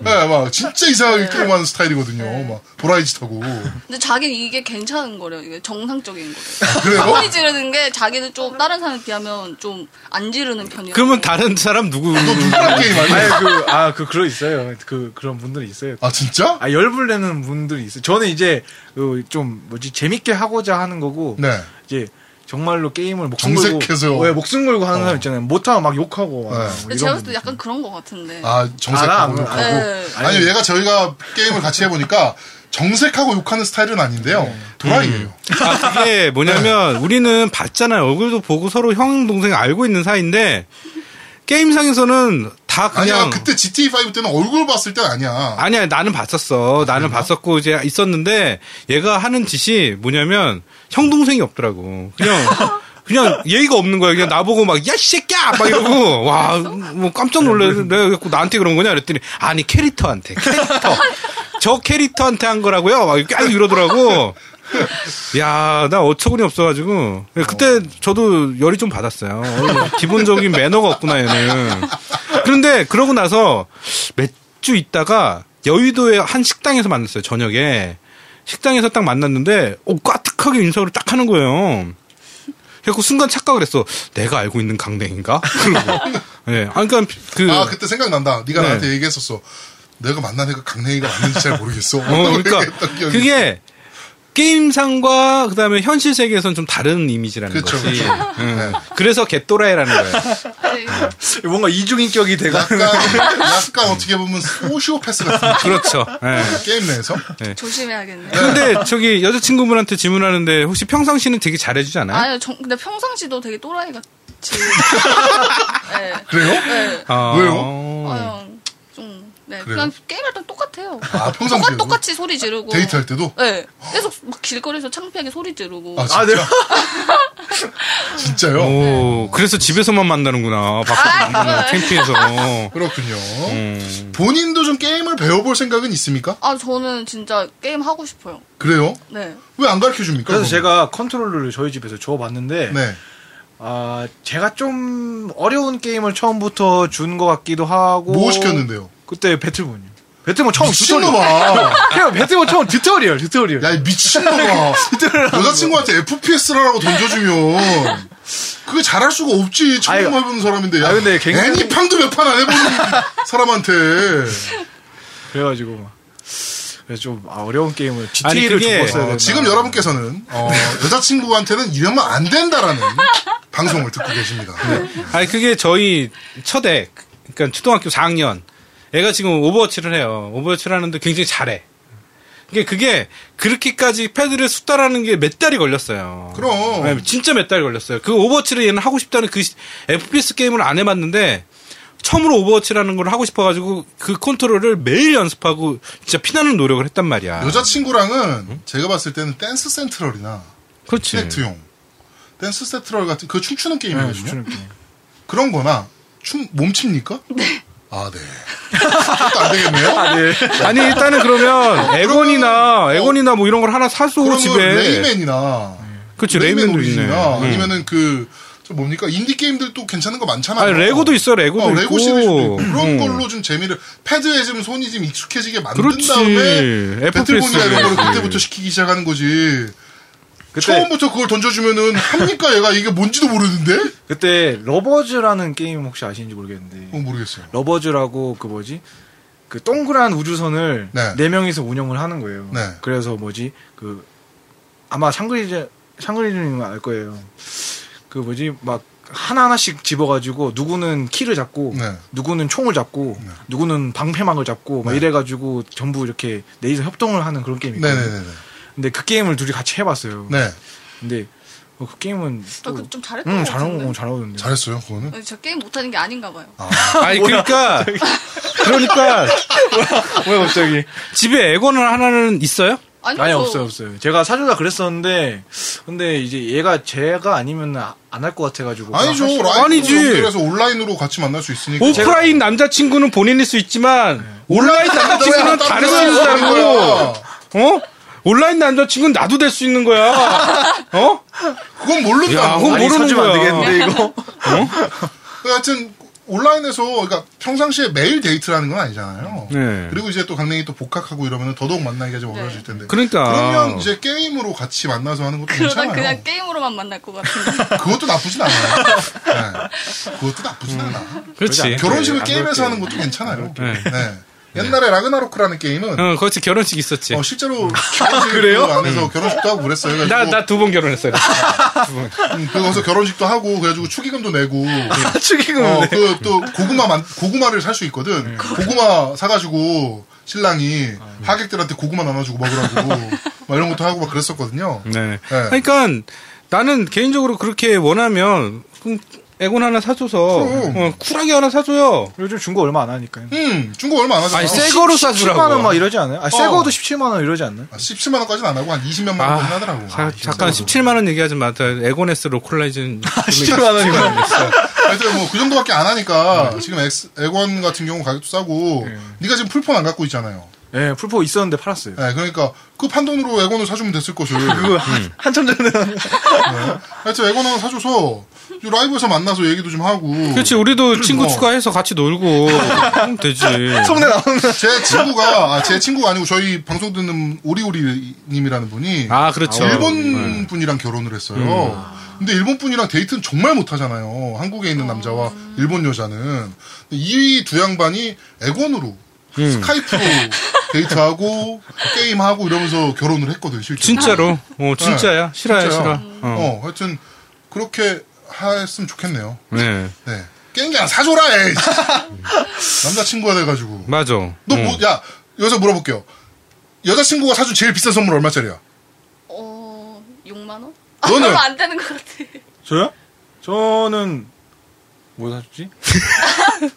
Speaker 1: 막. 예, 막 진짜 이상하게 게임하는 스타일이거든요. 막 도라이 짓하고.
Speaker 4: 근데 자기는 이게 괜찮은 거래요 이게 정상적인 거래요
Speaker 1: 아, 그래요?
Speaker 4: 소리 지르는 게 자기는 좀 다른 사람에 비하면 좀 안 지르는 편이에요
Speaker 2: 그러면 다른 사람 누구?
Speaker 1: 아, 누구랑 게임 아니야?
Speaker 5: 아니 그 아 그 그런 있어요. 그 그런 분들이 있어요.
Speaker 1: 아, 진짜?
Speaker 5: 아 열불 내는 분들이 있어요. 저는 이제 그 좀 뭐지 재밌게 하고자 하는 거고
Speaker 1: 네.
Speaker 5: 이제 정말로 게임을 목숨
Speaker 1: 정색해서. 어.
Speaker 5: 걸고 왜 목숨 걸고 하는 사람 있잖아요. 못하면 막 욕하고 막
Speaker 1: 네.
Speaker 5: 뭐
Speaker 4: 근데
Speaker 5: 이런
Speaker 4: 제가 봤을
Speaker 5: 분들.
Speaker 4: 때 약간 그런 것 같은데
Speaker 1: 아, 정색하고
Speaker 5: 알아,
Speaker 1: 욕하고.
Speaker 4: 네.
Speaker 1: 아니요, 얘가 저희가 게임을 같이 해보니까 정색하고 욕하는 스타일은 아닌데요. 도라이예요
Speaker 2: 아,
Speaker 1: 네.
Speaker 2: 그게 뭐냐면 우리는 봤잖아요. 얼굴도 보고 서로 형 동생 알고 있는 사이인데 게임상에서는 다 그냥
Speaker 1: 아니야, 그때 GTA5 때는 얼굴 봤을 때 아니야.
Speaker 2: 아니야 나는 봤었어 나는 봤었고 이제 있었는데 얘가 하는 짓이 뭐냐면 형 동생이 없더라고 그냥 그냥 예의가 없는 거야 그냥 나보고 막 야 이 새끼야 막 이러고
Speaker 1: 아,
Speaker 2: 와 뭐 깜짝
Speaker 1: 네.
Speaker 2: 놀래서 내가 그래갖고 나한테 그런 거냐 그랬더니 아니 캐릭터한테 캐릭터 저 캐릭터한테 한 거라고요 막 이렇게 아유 이러더라고 야 나 어처구니 없어가지고 그때 저도 열이 좀 받았어요 어, 기본적인 매너가 없구나 얘는 그런데 그러고 나서 몇 주 있다가 여의도의 한 식당에서 만났어요 저녁에 식당에서 딱 만났는데 오 까딱하게 인사를 딱 하는 거예요. 그래서 순간 착각을 했어. 내가 알고 있는 강냉인가? 그러고. 예. 아, 그러니까 그
Speaker 1: 아 그때 생각난다. 네가
Speaker 2: 네.
Speaker 1: 나한테 얘기했었어. 내가 만난 애가 강냉이가 맞는지 잘 모르겠어.
Speaker 2: 어, 그러니까
Speaker 1: 얘기했던 기억이
Speaker 2: 그게 게임상과 그다음에 현실 세계에서는 좀 다른 이미지라는
Speaker 1: 그쵸,
Speaker 2: 거지.
Speaker 1: 그쵸. 네.
Speaker 2: 음. 그래서 개또라이라는 거예요.
Speaker 5: 뭔가 이중인격이 돼가.
Speaker 1: 약간 약간 어떻게 보면 소시오패스 같은
Speaker 2: 그렇죠. 예.
Speaker 1: 게임 내에서
Speaker 4: 조심해야겠네.
Speaker 2: 근데 저기 여자친구분한테 질문하는데 혹시 평상시는 되게 잘해주지
Speaker 1: 네?
Speaker 2: 않아요?
Speaker 4: 아니요, 정- 근데 평상시도 되게 또라이 같이. 네.
Speaker 1: 그래요?
Speaker 4: 네.
Speaker 2: 아,
Speaker 1: 왜요?
Speaker 4: 아유, 좀. 네.
Speaker 1: 어. 그래요?
Speaker 4: 그냥 게임할 땐 똑같아요.
Speaker 1: 아, 평상시에도?
Speaker 4: 똑같, 똑같이 소리 지르고.
Speaker 1: 데이트할 때도
Speaker 4: 네. 계속 막 길거리에서 창피하게 소리 지르고.
Speaker 1: 아 진짜
Speaker 5: 네.
Speaker 1: 진짜요?
Speaker 2: 오, 그래서 집에서만 만나는구나. 밖에서
Speaker 4: 아,
Speaker 2: 안 만나고
Speaker 4: 그거는.
Speaker 2: 캠핑에서.
Speaker 1: 그렇군요.
Speaker 2: 음.
Speaker 1: 본인도 좀 게임을 배워볼 생각은 있습니까?
Speaker 4: 아, 저는 진짜 게임 하고 싶어요.
Speaker 1: 그래요?
Speaker 4: 네.
Speaker 1: 왜 안 가르쳐 줍니까?
Speaker 5: 그래서 제가 컨트롤러를 저희 집에서 줘봤는데
Speaker 1: 어. 네.
Speaker 5: 아 제가 좀 어려운 게임을 처음부터 준 것 같기도 하고
Speaker 1: 뭐 시켰는데요?
Speaker 5: 그때 배틀본이요. 배틀본 처음 튜토리얼.
Speaker 1: 미친놈아.
Speaker 5: 그냥 배틀본 처음 튜토리얼 튜토리얼.
Speaker 1: 야, 이 미친놈아. 여자친구한테 FPS라고 던져주면. 그게 잘할 수가 없지. 처음
Speaker 5: 아유,
Speaker 1: 해보는 사람인데. 야,
Speaker 5: 아유, 근데 굉장히-
Speaker 1: 애니팡도 몇 판 안 해보는 사람한테.
Speaker 5: 그래가지고 막 그래서 좀 아, 어려운 게임을
Speaker 2: 아니,
Speaker 5: GTA를
Speaker 2: 그게-
Speaker 5: 줘봤어야
Speaker 1: 어,
Speaker 5: 되나.
Speaker 1: 지금 여러분께서는 어,
Speaker 5: 네.
Speaker 1: 여자친구한테는 이러면 안 된다라는 방송을 듣고 계십니다.
Speaker 5: 네.
Speaker 2: 아니, 그게 저희 첫애, 그러니까 초등학교 4학년. 애가 지금 오버워치를 해요. 오버워치를 하는데 굉장히 잘해. 그게, 그게, 그렇게까지 패드를 숙달하는 게 몇 달이 걸렸어요.
Speaker 1: 그럼.
Speaker 2: 네, 진짜 몇 달 걸렸어요. 그 오버워치를 얘는 하고 싶다는 그 시- FPS 게임을 안 해봤는데, 처음으로 오버워치라는 걸 하고 싶어가지고, 그 컨트롤을 매일 연습하고, 진짜 피나는 노력을 했단 말이야.
Speaker 1: 여자친구랑은 제가 봤을 때는 댄스 센트럴이나
Speaker 2: 그렇지.
Speaker 1: 키넥트용 댄스 센트럴 같은 그 춤추는
Speaker 5: 네,
Speaker 1: 게임이거든요.
Speaker 5: 추는 게임.
Speaker 1: 그런 거나 춤 몸칩니까? 네. 아, 네. 그것도 안 되겠네요.
Speaker 2: 아니, 일단은 그러면, 에곤이나, 에곤이나 뭐 이런 걸 하나 사서
Speaker 1: 그러면
Speaker 2: 집에.
Speaker 1: 레이맨이나
Speaker 2: 그렇지, 레이맨도 있네.
Speaker 1: 오리지나
Speaker 2: 음.
Speaker 1: 아니면은 그 저 뭡니까 인디 게임들도 괜찮은 거 많잖아요.
Speaker 2: 아니, 레고도 있어, 레고도
Speaker 1: 어,
Speaker 2: 있고.
Speaker 1: 레고 시리즈도 있고 그런
Speaker 2: 음.
Speaker 1: 걸로 좀 재미를 패드에 좀 손이 좀 익숙해지게 만든
Speaker 2: 그렇지.
Speaker 1: 다음에
Speaker 2: FPS.
Speaker 1: 배틀본이나 이런 거를 그때부터 시키기 시작하는 거지. 처음부터 그걸 던져주면은 합니까 얘가 이게 뭔지도 모르는데?
Speaker 5: 그때 러버즈라는 게임 혹시 아시는지 모르겠는데
Speaker 1: 어, 모르겠어요.
Speaker 5: 러버즈라고 그 뭐지 그 동그란 우주선을
Speaker 1: 네.
Speaker 5: 네, 명이서 운영을 하는 거예요.
Speaker 1: 네.
Speaker 5: 그래서 뭐지 그 아마 샹그리제 샹그리님은 알 거예요. 그 뭐지 막 하나 하나씩 집어가지고 누구는 키를 잡고
Speaker 1: 네.
Speaker 5: 누구는 총을 잡고 누구는 방패막을 잡고 막
Speaker 1: 네.
Speaker 5: 이래가지고 전부 이렇게 내이서 협동을 하는 그런 게임이거든요.
Speaker 1: 네네네네.
Speaker 5: 근데 그 게임을 둘이 같이 해봤어요.
Speaker 1: 네.
Speaker 5: 근데 어, 그 게임은
Speaker 4: 아,
Speaker 5: 또
Speaker 4: 그 좀 잘했던
Speaker 5: 응,
Speaker 4: 것
Speaker 5: 잘하
Speaker 4: 같은데.
Speaker 5: 어, 잘하던데.
Speaker 1: 잘했어요 그거는.
Speaker 4: 네, 저 게임 못하는 게 아닌가 봐요.
Speaker 2: 아니, 그러니까, 그러니까,
Speaker 5: 왜 갑자기?
Speaker 2: 집에 에곤을 하나는 있어요?
Speaker 4: 아니, 뭐
Speaker 5: 아니
Speaker 4: 저-
Speaker 5: 없어요 없어요. 제가 사주다 그랬었는데 근데 이제 얘가 제가 아니면 안 할 것 같아가지고
Speaker 1: 아니죠.
Speaker 5: 그냥
Speaker 1: 라인
Speaker 2: 아니지.
Speaker 1: 연결해서 온라인으로 같이 만날 수 있으니까.
Speaker 2: 오프라인 남자친구는 본인일 수 있지만, 온라인 남자친구는 다른 수 있다고. 어? 온라인 남자친구는 나도 될 수 있는 거야. 어?
Speaker 1: 그건
Speaker 2: 야,
Speaker 1: 모른다.
Speaker 2: 그건
Speaker 5: 아니,
Speaker 2: 모르는
Speaker 5: 사주면
Speaker 2: 거야.
Speaker 5: 안 되겠는데 이거
Speaker 1: 그러니까 하여튼 온라인에서 그러니까 평상시에 매일 데이트라는 건 아니잖아요.
Speaker 2: 네.
Speaker 1: 그리고 이제 또 강냉이 또 복학하고 이러면 더더욱 만나기가 좀 어려워질 텐데.
Speaker 2: 그러니까.
Speaker 1: 그러면 이제 게임으로 같이 만나서 하는 것도
Speaker 4: 그러다
Speaker 1: 괜찮아요.
Speaker 4: 그냥 게임으로만 만날 것 같은데.
Speaker 1: 그것도 나쁘진 않아요. 네. 그것도 나쁘진 않아.
Speaker 2: 그렇지.
Speaker 1: 결혼식을
Speaker 5: 안
Speaker 1: 게임에서
Speaker 5: 그렇게.
Speaker 1: 하는 것도 괜찮아요.
Speaker 2: 안 그렇게.
Speaker 1: 네. 옛날에 라그나로크라는 게임은
Speaker 2: 어, 그렇지. 결혼식 있었지.
Speaker 1: 어, 실제로 그래요? 음. 안에서 결혼식도 하고 그랬어요. 그래가지고
Speaker 2: 나, 나 두 번 결혼했어요.
Speaker 1: 음, 그래서 결혼식도 하고 그래가지고 축의금도 내고
Speaker 5: 축의금
Speaker 1: 어, 그 또 고구마 만, 고구마를 살 수 있거든. 고구마 사가지고 신랑이 하객들한테 고구마 나눠주고 먹으라고 막 이런 것도 하고 막 그랬었거든요.
Speaker 2: 네. 그러니까 나는 개인적으로 그렇게 원하면 그럼 에곤 하나 사줘서
Speaker 1: 그럼.
Speaker 2: 어, 쿨하게 하나 사줘요.
Speaker 5: 요즘 중고 얼마 안 하니까요.
Speaker 1: 음, 중고 얼마 안 하잖아.
Speaker 2: 아니, 새 거로
Speaker 5: 17만 원
Speaker 2: 사주라고.
Speaker 5: 막 이러지 않아요? 아, 새
Speaker 1: 어.
Speaker 5: 거도 17만 원 이러지 않나요?
Speaker 1: 17만 아, 원까지는 안 하고 한 20몇만
Speaker 2: 아,
Speaker 1: 원까지 하더라고. 아,
Speaker 2: 자- 잠깐 17만 원 얘기하지 마. 다 에고네스 로콜라이즌
Speaker 5: 아,
Speaker 2: 17만
Speaker 1: 하여튼 뭐 그 정도밖에 안 하니까 지금 엑스, 액원 같은 경우 가격도 싸고 네가 지금 풀폰 안 갖고 있잖아요.
Speaker 5: 예, 풀포 있었는데 팔았어요.
Speaker 1: 네, 그러니까 그 판돈으로 에고을 사주면 됐을 것을. 음. 네.
Speaker 3: 한참 전에
Speaker 1: 하여튼 에고을 사줘서 이 라이브에서 만나서 얘기도 좀 하고.
Speaker 2: 그렇지 우리도 친구
Speaker 1: 어.
Speaker 2: 추가해서 같이 놀고 하면 되지.
Speaker 3: 속내 나오는
Speaker 1: 제 친구가 아, 제 친구가 아니고 저희 방송 듣는 오리오리님이라는 분이
Speaker 2: 아 그렇죠.
Speaker 1: 일본 분이랑 결혼을 했어요.
Speaker 2: 음.
Speaker 1: 근데 일본 분이랑 데이트는 정말 못하잖아요. 한국에 있는 남자와 일본 여자는 이 두 양반이 액원으로
Speaker 2: 음.
Speaker 1: 스카이프로 데이트하고 게임하고 이러면서 결혼을 했거든 요 실제.
Speaker 2: 진짜로. 어 진짜야. 싫어야 싫어. 어.
Speaker 1: 네. 어, 하여튼 그렇게 했으면 좋겠네요.
Speaker 2: 네.
Speaker 1: 네. 게임기 하나 사줘라, 에이! 남자친구가 돼가지고.
Speaker 2: 맞아.
Speaker 1: 너
Speaker 2: 어.
Speaker 1: 뭐, 야, 여기서 물어볼게요. 여자친구가 사준 제일 비싼 선물 얼마짜리야?
Speaker 4: 어, 6만 원?
Speaker 1: 너는?
Speaker 4: 얼마 안 되는 것 같아.
Speaker 5: 저요? 저는 뭐 사줬지?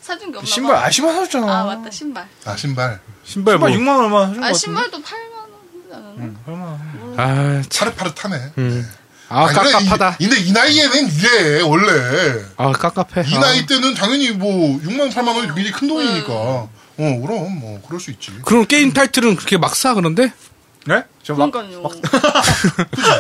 Speaker 4: 사준 게 없나
Speaker 5: 신발
Speaker 4: 봐.
Speaker 5: 아 신발 사줬잖아.
Speaker 4: 아, 맞다. 신발.
Speaker 1: 아, 신발.
Speaker 2: 신발 뭐.
Speaker 5: 신발 6만 얼마 사준 거 같은데?
Speaker 4: 아,
Speaker 5: 음.
Speaker 4: 신발도 8만 원. 않았나?
Speaker 5: 얼마?
Speaker 2: 아 참.
Speaker 1: 파릇파릇하네.
Speaker 2: 아
Speaker 1: 아니, 그래,
Speaker 2: 깝깝하다.
Speaker 1: 이- 근데 이 나이에는 이래, 원래.
Speaker 2: 아 깝깝해.
Speaker 1: 이
Speaker 2: 아.
Speaker 1: 나이 때는 당연히 뭐, 6만, 8만 원이 굉장히 큰 돈이니까. 어, 그럼, 뭐, 그럴 수 있지.
Speaker 2: 그럼 게임 타이틀은 그렇게 막 사 그런데?
Speaker 5: 네? 저 막,
Speaker 4: 그러니까요.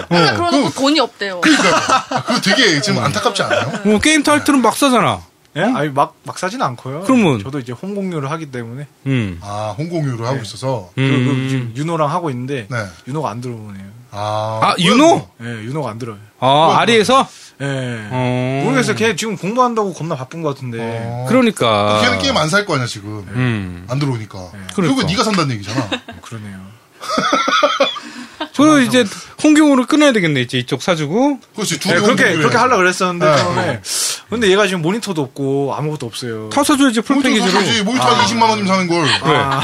Speaker 4: 그러니까 그러고
Speaker 1: 그-
Speaker 4: 돈이 없대요.
Speaker 1: 그니까. 러 그거 되게 지금 안타깝지 않아요?
Speaker 2: 어, 게임 타이틀은 막 사잖아.
Speaker 5: 예? 아니 막, 막 사진 않고요.
Speaker 2: 그러면?
Speaker 5: 저도 이제 홈 공유를 하기 때문에
Speaker 2: 음.
Speaker 1: 아, 홍공유를 하고 있어서.
Speaker 5: 그, 그
Speaker 2: 음.
Speaker 5: 지금 윤호랑 하고 있는데
Speaker 1: 네.
Speaker 5: 윤호가 안 들어오네요.
Speaker 1: 아,
Speaker 2: 아 윤호?
Speaker 5: 예, 윤호가 안 들어요.
Speaker 2: 아 아리에서?
Speaker 5: 예.
Speaker 2: 어.
Speaker 5: 모르겠어요. 걔 지금 공부한다고 겁나 바쁜 것 같은데.
Speaker 1: 어.
Speaker 2: 그러니까.
Speaker 1: 걔는 게임 안 살 거 아니야, 지금.
Speaker 2: 음.
Speaker 1: 안 들어오니까. 그리고
Speaker 2: 그러니까.
Speaker 1: 네가 산다는 얘기잖아.
Speaker 5: 어, 그러네요.
Speaker 2: 그리고 이제 홍경호를 끊어야 되겠네 이제 이쪽 사주고.
Speaker 1: 그렇지. 두
Speaker 5: 예,
Speaker 1: 개
Speaker 5: 그렇게 그렇게 하려 그랬었는데
Speaker 1: 네.
Speaker 5: 처음에. 근데 얘가 지금 모니터도 없고 아무것도 없어요.
Speaker 2: 타 사줘야지 풀
Speaker 1: 모니터
Speaker 2: 패키지로.
Speaker 1: 사주지. 모니터 한 20만 원이면 사는 걸.
Speaker 2: 그래.
Speaker 5: 아,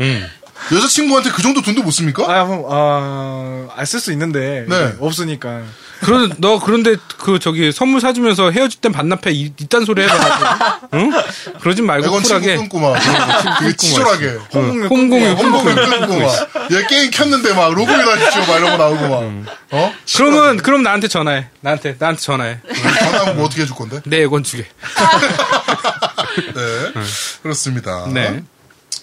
Speaker 2: 음.
Speaker 1: 여자친구한테 그 정도 돈도 못 씁니까?
Speaker 5: 아, 그럼, 아, 알쓸 수 있는데.
Speaker 1: 네.
Speaker 5: 없으니까.
Speaker 2: 그런 너 그런데 그 저기 선물 사주면서 헤어질 땐 반납해 이, 이딴 소리 해가지고. 응? 그러진 말고
Speaker 1: 이건 친구
Speaker 2: 쿨하게.
Speaker 1: 끊고 막. 되게 치졸하게.
Speaker 5: 홍콩
Speaker 2: 홍공유
Speaker 1: 홍보를 끊고 막. 얘 게임 켰는데 막 로그인 하십시오. 막 이런 거 나오고
Speaker 2: 음.
Speaker 1: 막. 어?
Speaker 2: 그러면 그럼 나한테 전화해. 나한테 나한테 전화해.
Speaker 1: 전화하면 뭐 어떻게 해줄 건데?
Speaker 2: 내 애건 주게.
Speaker 1: 네. 그렇습니다.
Speaker 2: 음. 네.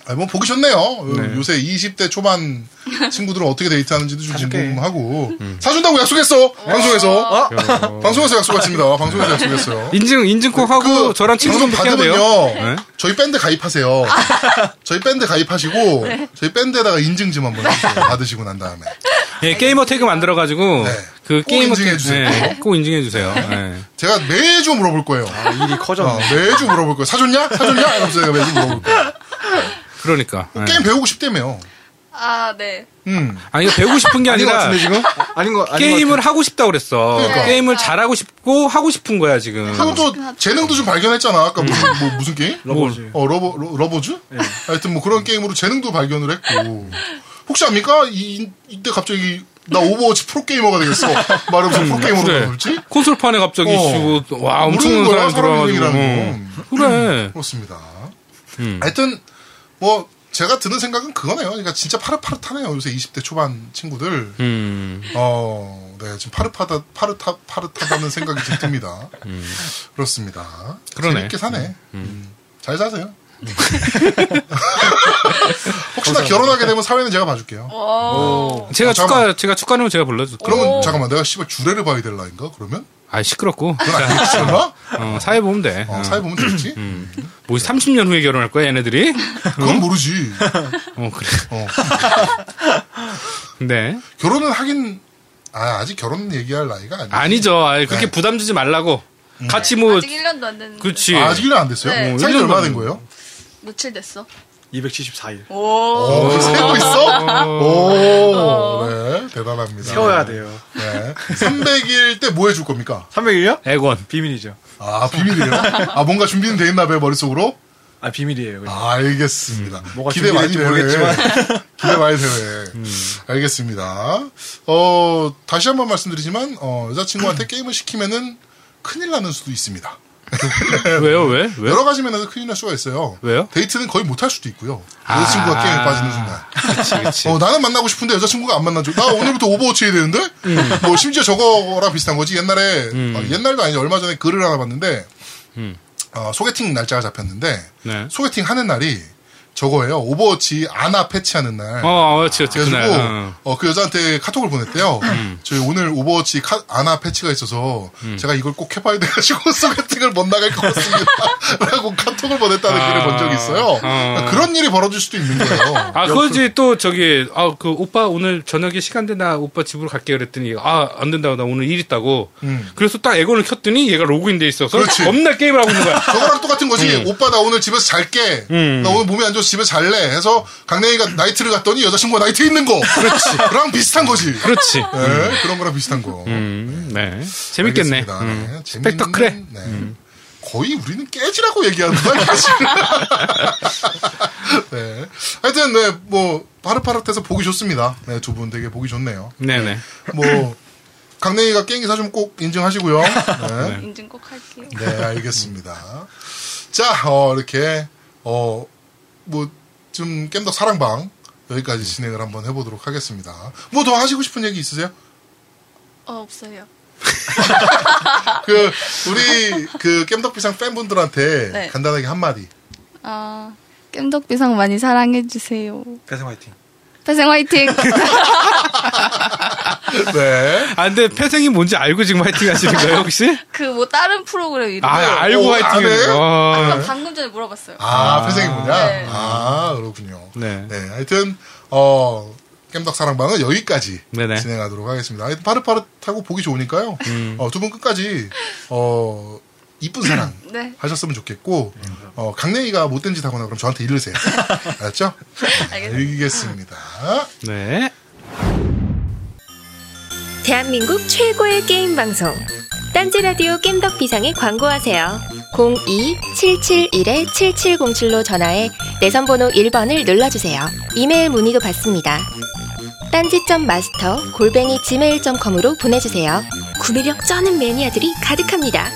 Speaker 1: 아, 뭐 보기 좋네요. 어, 요새 20대 초반 친구들은 어떻게 데이트하는지도 좀 궁금하고.
Speaker 2: 음.
Speaker 1: 사준다고 약속했어. 방송에서. 어. 방송에서 약속했습니다. 방송에서 약속했어요. 그
Speaker 2: 인증 인증콕 하고 저랑 친구 좀
Speaker 1: 방송
Speaker 2: 해야 돼요.
Speaker 1: 받으면요.
Speaker 2: 네.
Speaker 1: 저희 밴드 가입하세요. 저희 밴드 가입하시고 저희 밴드에다가 인증 좀 한번 해주세요. 받으시고 난 다음에.
Speaker 2: 예, 게이머 태그 만들어가지고
Speaker 1: 아, 네.
Speaker 2: 그
Speaker 1: 꼭
Speaker 2: 게이머
Speaker 1: 인증해
Speaker 2: 태그
Speaker 1: 주세요.
Speaker 2: 예, 꼭 인증해 주세요. 예.
Speaker 1: 제가 매주 물어볼 거예요.
Speaker 5: 아, 일이
Speaker 1: 어,
Speaker 5: 커졌네.
Speaker 1: 매주 물어볼 거예요. 사줬냐? 사줬냐? 이러면서 제가 매주 물어볼 거예요.
Speaker 2: 그러니까. 예.
Speaker 1: 게임 배우고 싶다며.
Speaker 4: 아, 네.
Speaker 1: 음.
Speaker 2: 아니 이거 배우고 싶은 게
Speaker 5: 아닌 것
Speaker 2: 아니라
Speaker 5: 같은데, 지금? 아닌 거, 아닌 것
Speaker 2: 게임을 하고 싶다 고 그랬어.
Speaker 1: 그러니까.
Speaker 2: 게임을 잘하고 싶고 하고 싶은 거야 지금.
Speaker 1: 그리고 또 재능도 좀 발견했잖아. 아까 무슨, 뭐, 무슨 게임?
Speaker 5: 러버즈.
Speaker 1: 어, 러버, 러, 버즈
Speaker 2: 네.
Speaker 1: 하여튼 뭐 그런 게임으로 재능도 발견을 했고. 혹시 압니까? 이, 이때 갑자기 나 오버워치 프로게이머가 되겠어. 말하면서 프로게이머로
Speaker 2: 음, 그래.
Speaker 1: 나올지?
Speaker 2: 콘솔판에 갑자기
Speaker 1: 어.
Speaker 2: 씨, 뭐, 와
Speaker 1: 모르는
Speaker 2: 엄청난
Speaker 1: 거야,
Speaker 2: 사람이
Speaker 1: 사람
Speaker 2: 들어와가지고.
Speaker 1: 인생이라는
Speaker 2: 어. 그래.
Speaker 1: 그렇습니다.
Speaker 2: 음.
Speaker 1: 하여튼 뭐 제가 드는 생각은 그거네요. 그러니까 진짜 파릇파릇하네요. 요새 20대 초반 친구들.
Speaker 2: 음.
Speaker 1: 어, 네, 지금 파릇하다, 파릇하, 파릇하다는 생각이 좀 듭니다. 음. 그렇습니다.
Speaker 2: 그러네.
Speaker 1: 재밌게 사네. 음. 잘 사세요. 혹시나 결혼하게 되면 사회는 제가 봐줄게요.
Speaker 4: 어. 오.
Speaker 2: 제가
Speaker 1: 아, 잠깐만.
Speaker 2: 축가 제가 축가는 제가 불러줘.
Speaker 1: 그러면 잠깐만 내가 씨발 주례를 봐야 될 나인가? 그러면?
Speaker 2: 아 시끄럽고.
Speaker 1: 그건 아니지 설마?
Speaker 2: 어, 사회 보면 돼.
Speaker 1: 어, 사회 보면 되지?
Speaker 2: 뭐 30년 후에 결혼할 거야 얘네들이?
Speaker 1: 그건 모르지.
Speaker 2: 어 그래.
Speaker 1: 어.
Speaker 2: 네.
Speaker 1: 결혼은 하긴 아, 아직 결혼 얘기할 나이가 아니야.
Speaker 2: 아니죠. 아 그렇게
Speaker 1: 네. 음.
Speaker 2: 부담 주지 말라고. 같이 뭐
Speaker 4: 아직 1년도 안 됐는데.
Speaker 2: 그렇지.
Speaker 1: 아, 아직 1년 안 됐어요?
Speaker 4: 네.
Speaker 1: 사귄 지
Speaker 2: 어,
Speaker 1: 얼마나
Speaker 2: 1년도
Speaker 1: 된 거예요?
Speaker 4: 며칠 됐어?
Speaker 5: 274일.
Speaker 4: 오.
Speaker 1: 오, 세고 어. 있어? 오, 네, 대단합니다.
Speaker 5: 세워야 돼요.
Speaker 1: 네. 300일 때 뭐 해줄 겁니까?
Speaker 5: 300일이요?
Speaker 2: 애권.
Speaker 5: 비밀이죠.
Speaker 1: 아, 비밀이에요? 아, 뭔가 준비는 돼 있나 봐요, 머릿속으로?
Speaker 5: 아, 비밀이에요. 그냥.
Speaker 1: 아, 알겠습니다.
Speaker 5: 음, 뭐가
Speaker 1: 기대 많이 되네.
Speaker 5: 준비될지 음.
Speaker 1: 기대 많이 되네. 알겠습니다. 어, 다시 한 번 말씀드리지만, 어, 여자친구한테 게임을 시키면은 큰일 나는 수도 있습니다. 네.
Speaker 2: 왜요 왜? 왜?
Speaker 1: 여러 가지 면에서 큰일 날 수가 있어요.
Speaker 2: 왜요?
Speaker 1: 데이트는 거의 못 할 수도 있고요.
Speaker 2: 아.
Speaker 1: 여자친구가 게임에 빠지는 순간.
Speaker 2: 그치 그치.
Speaker 1: 어, 나는 만나고 싶은데 여자친구가 안 만나줘. 나 오늘부터 오버워치 해야 되는데?
Speaker 2: 음.
Speaker 1: 뭐, 심지어 저거랑 비슷한 거지. 옛날에, 아, 옛날도 아니지. 얼마 전에 글을
Speaker 2: 음.
Speaker 1: 하나 봤는데, 어, 소개팅 날짜가 잡혔는데,
Speaker 2: 네.
Speaker 1: 소개팅 하는 날이 저거예요. 오버워치 아나 패치하는 날.
Speaker 2: 어, 그렇지, 그렇지. 그날.
Speaker 1: 그래가지고
Speaker 2: 어. 음.
Speaker 1: 어, 그 여자한테 카톡을 보냈대요. 저희 오늘 오버워치 카, 아나 패치가 있어서 제가 이걸 꼭 해봐야 돼가지고 소개팅을 못 나갈 것 같습니다.라고 카톡을 보냈다는
Speaker 2: 아.
Speaker 1: 글을 본 적이 있어요. 그러니까
Speaker 2: 어.
Speaker 1: 그런 일이 벌어질 수도 있는 거예요.
Speaker 2: 아, 그거지 또 저기 아 그 오빠 오늘 저녁에 시간 되나 오빠 집으로 갈게 그랬더니 아 안 된다고 나 오늘 일 있다고. 그래서 딱 에건을 켰더니 얘가 로그인돼 있어서
Speaker 1: 음. 그렇지.
Speaker 2: 겁나 게임을 하고 있는 거야.
Speaker 1: 저거랑 똑같은 거지.
Speaker 2: 음.
Speaker 1: 오빠 나 오늘 집에서 잘게. 나 오늘 몸이 안 좋아서 집에 서 잘래. 해서 강냉이가 나이트를 갔더니 여자친구가 나이트 있는 거. 그렇지. 랑 비슷한 거지.
Speaker 2: 그렇지.
Speaker 1: 네, 그런 거랑 비슷한 거.
Speaker 2: 음, 네. 재밌겠네.
Speaker 1: 알겠습니다.
Speaker 2: 음.
Speaker 1: 네,
Speaker 2: 스펙터클해. 음.
Speaker 1: 재밌는- 네. 거의 우리는 깨지라고 얘기하는 거야, 사실. 네. 하여튼, 네, 뭐, 파릇파릇해서 보기 좋습니다. 네, 두 분 되게 보기 좋네요.
Speaker 2: 네네.
Speaker 1: 뭐, 강냉이가 게임기 사주면 꼭 인증하시고요. 네.
Speaker 4: 인증 꼭 할게요.
Speaker 1: 네, 알겠습니다. 자, 어, 이렇게, 어, 뭐, 좀, 겜덕 사랑방 여기까지 진행을 한번 해보도록 하겠습니다. 뭐 더 하시고 싶은 얘기 있으세요?
Speaker 4: 어, 없어요. 아.
Speaker 1: 그, 우리, 그, 겜덕비상 팬분들한테
Speaker 4: 네.
Speaker 1: 간단하게 한마디.
Speaker 4: 아, 깸덕비상 많이 사랑해주세요.
Speaker 5: 배송 화이팅.
Speaker 4: 패생 화이팅!
Speaker 1: 네.
Speaker 2: 아, 근데 폐생이 뭔지 알고 지금 화이팅 하시는 거예요, 혹시?
Speaker 4: 그 뭐 다른 프로그램 이름.
Speaker 2: 아, 알고
Speaker 1: 오, 네.
Speaker 2: 화이팅
Speaker 1: 안
Speaker 2: 하는
Speaker 1: 해요?
Speaker 2: 거.
Speaker 4: 아까
Speaker 2: 와.
Speaker 4: 방금 전에 물어봤어요.
Speaker 1: 아, 폐생이 뭐냐?
Speaker 4: 네.
Speaker 1: 아, 그렇군요.
Speaker 2: 네.
Speaker 1: 네. 하여튼, 어, 겜덕 사랑방은 여기까지
Speaker 2: 네네.
Speaker 1: 진행하도록 하겠습니다. 하여튼, 파릇파릇하고 보기 좋으니까요. 어, 두 분 끝까지, 어, 이쁜 사랑.
Speaker 4: 네.
Speaker 1: 하셨으면 좋겠고 어, 강냉이가 못된 짓 하거나 그럼 저한테 이르세요. 알았죠? 네, 알겠습니다.
Speaker 2: 네.
Speaker 6: 대한민국 최고의 게임 방송 딴지 라디오 겜덕 비상에 광고하세요. 02-771-7707로 전화해 내선 번호 1번을 눌러 주세요. 이메일 문의도 받습니다. 딴지점 마스터 골뱅이 gmail.com으로 보내주세요. 구매력 쩌는 매니아들이 가득합니다.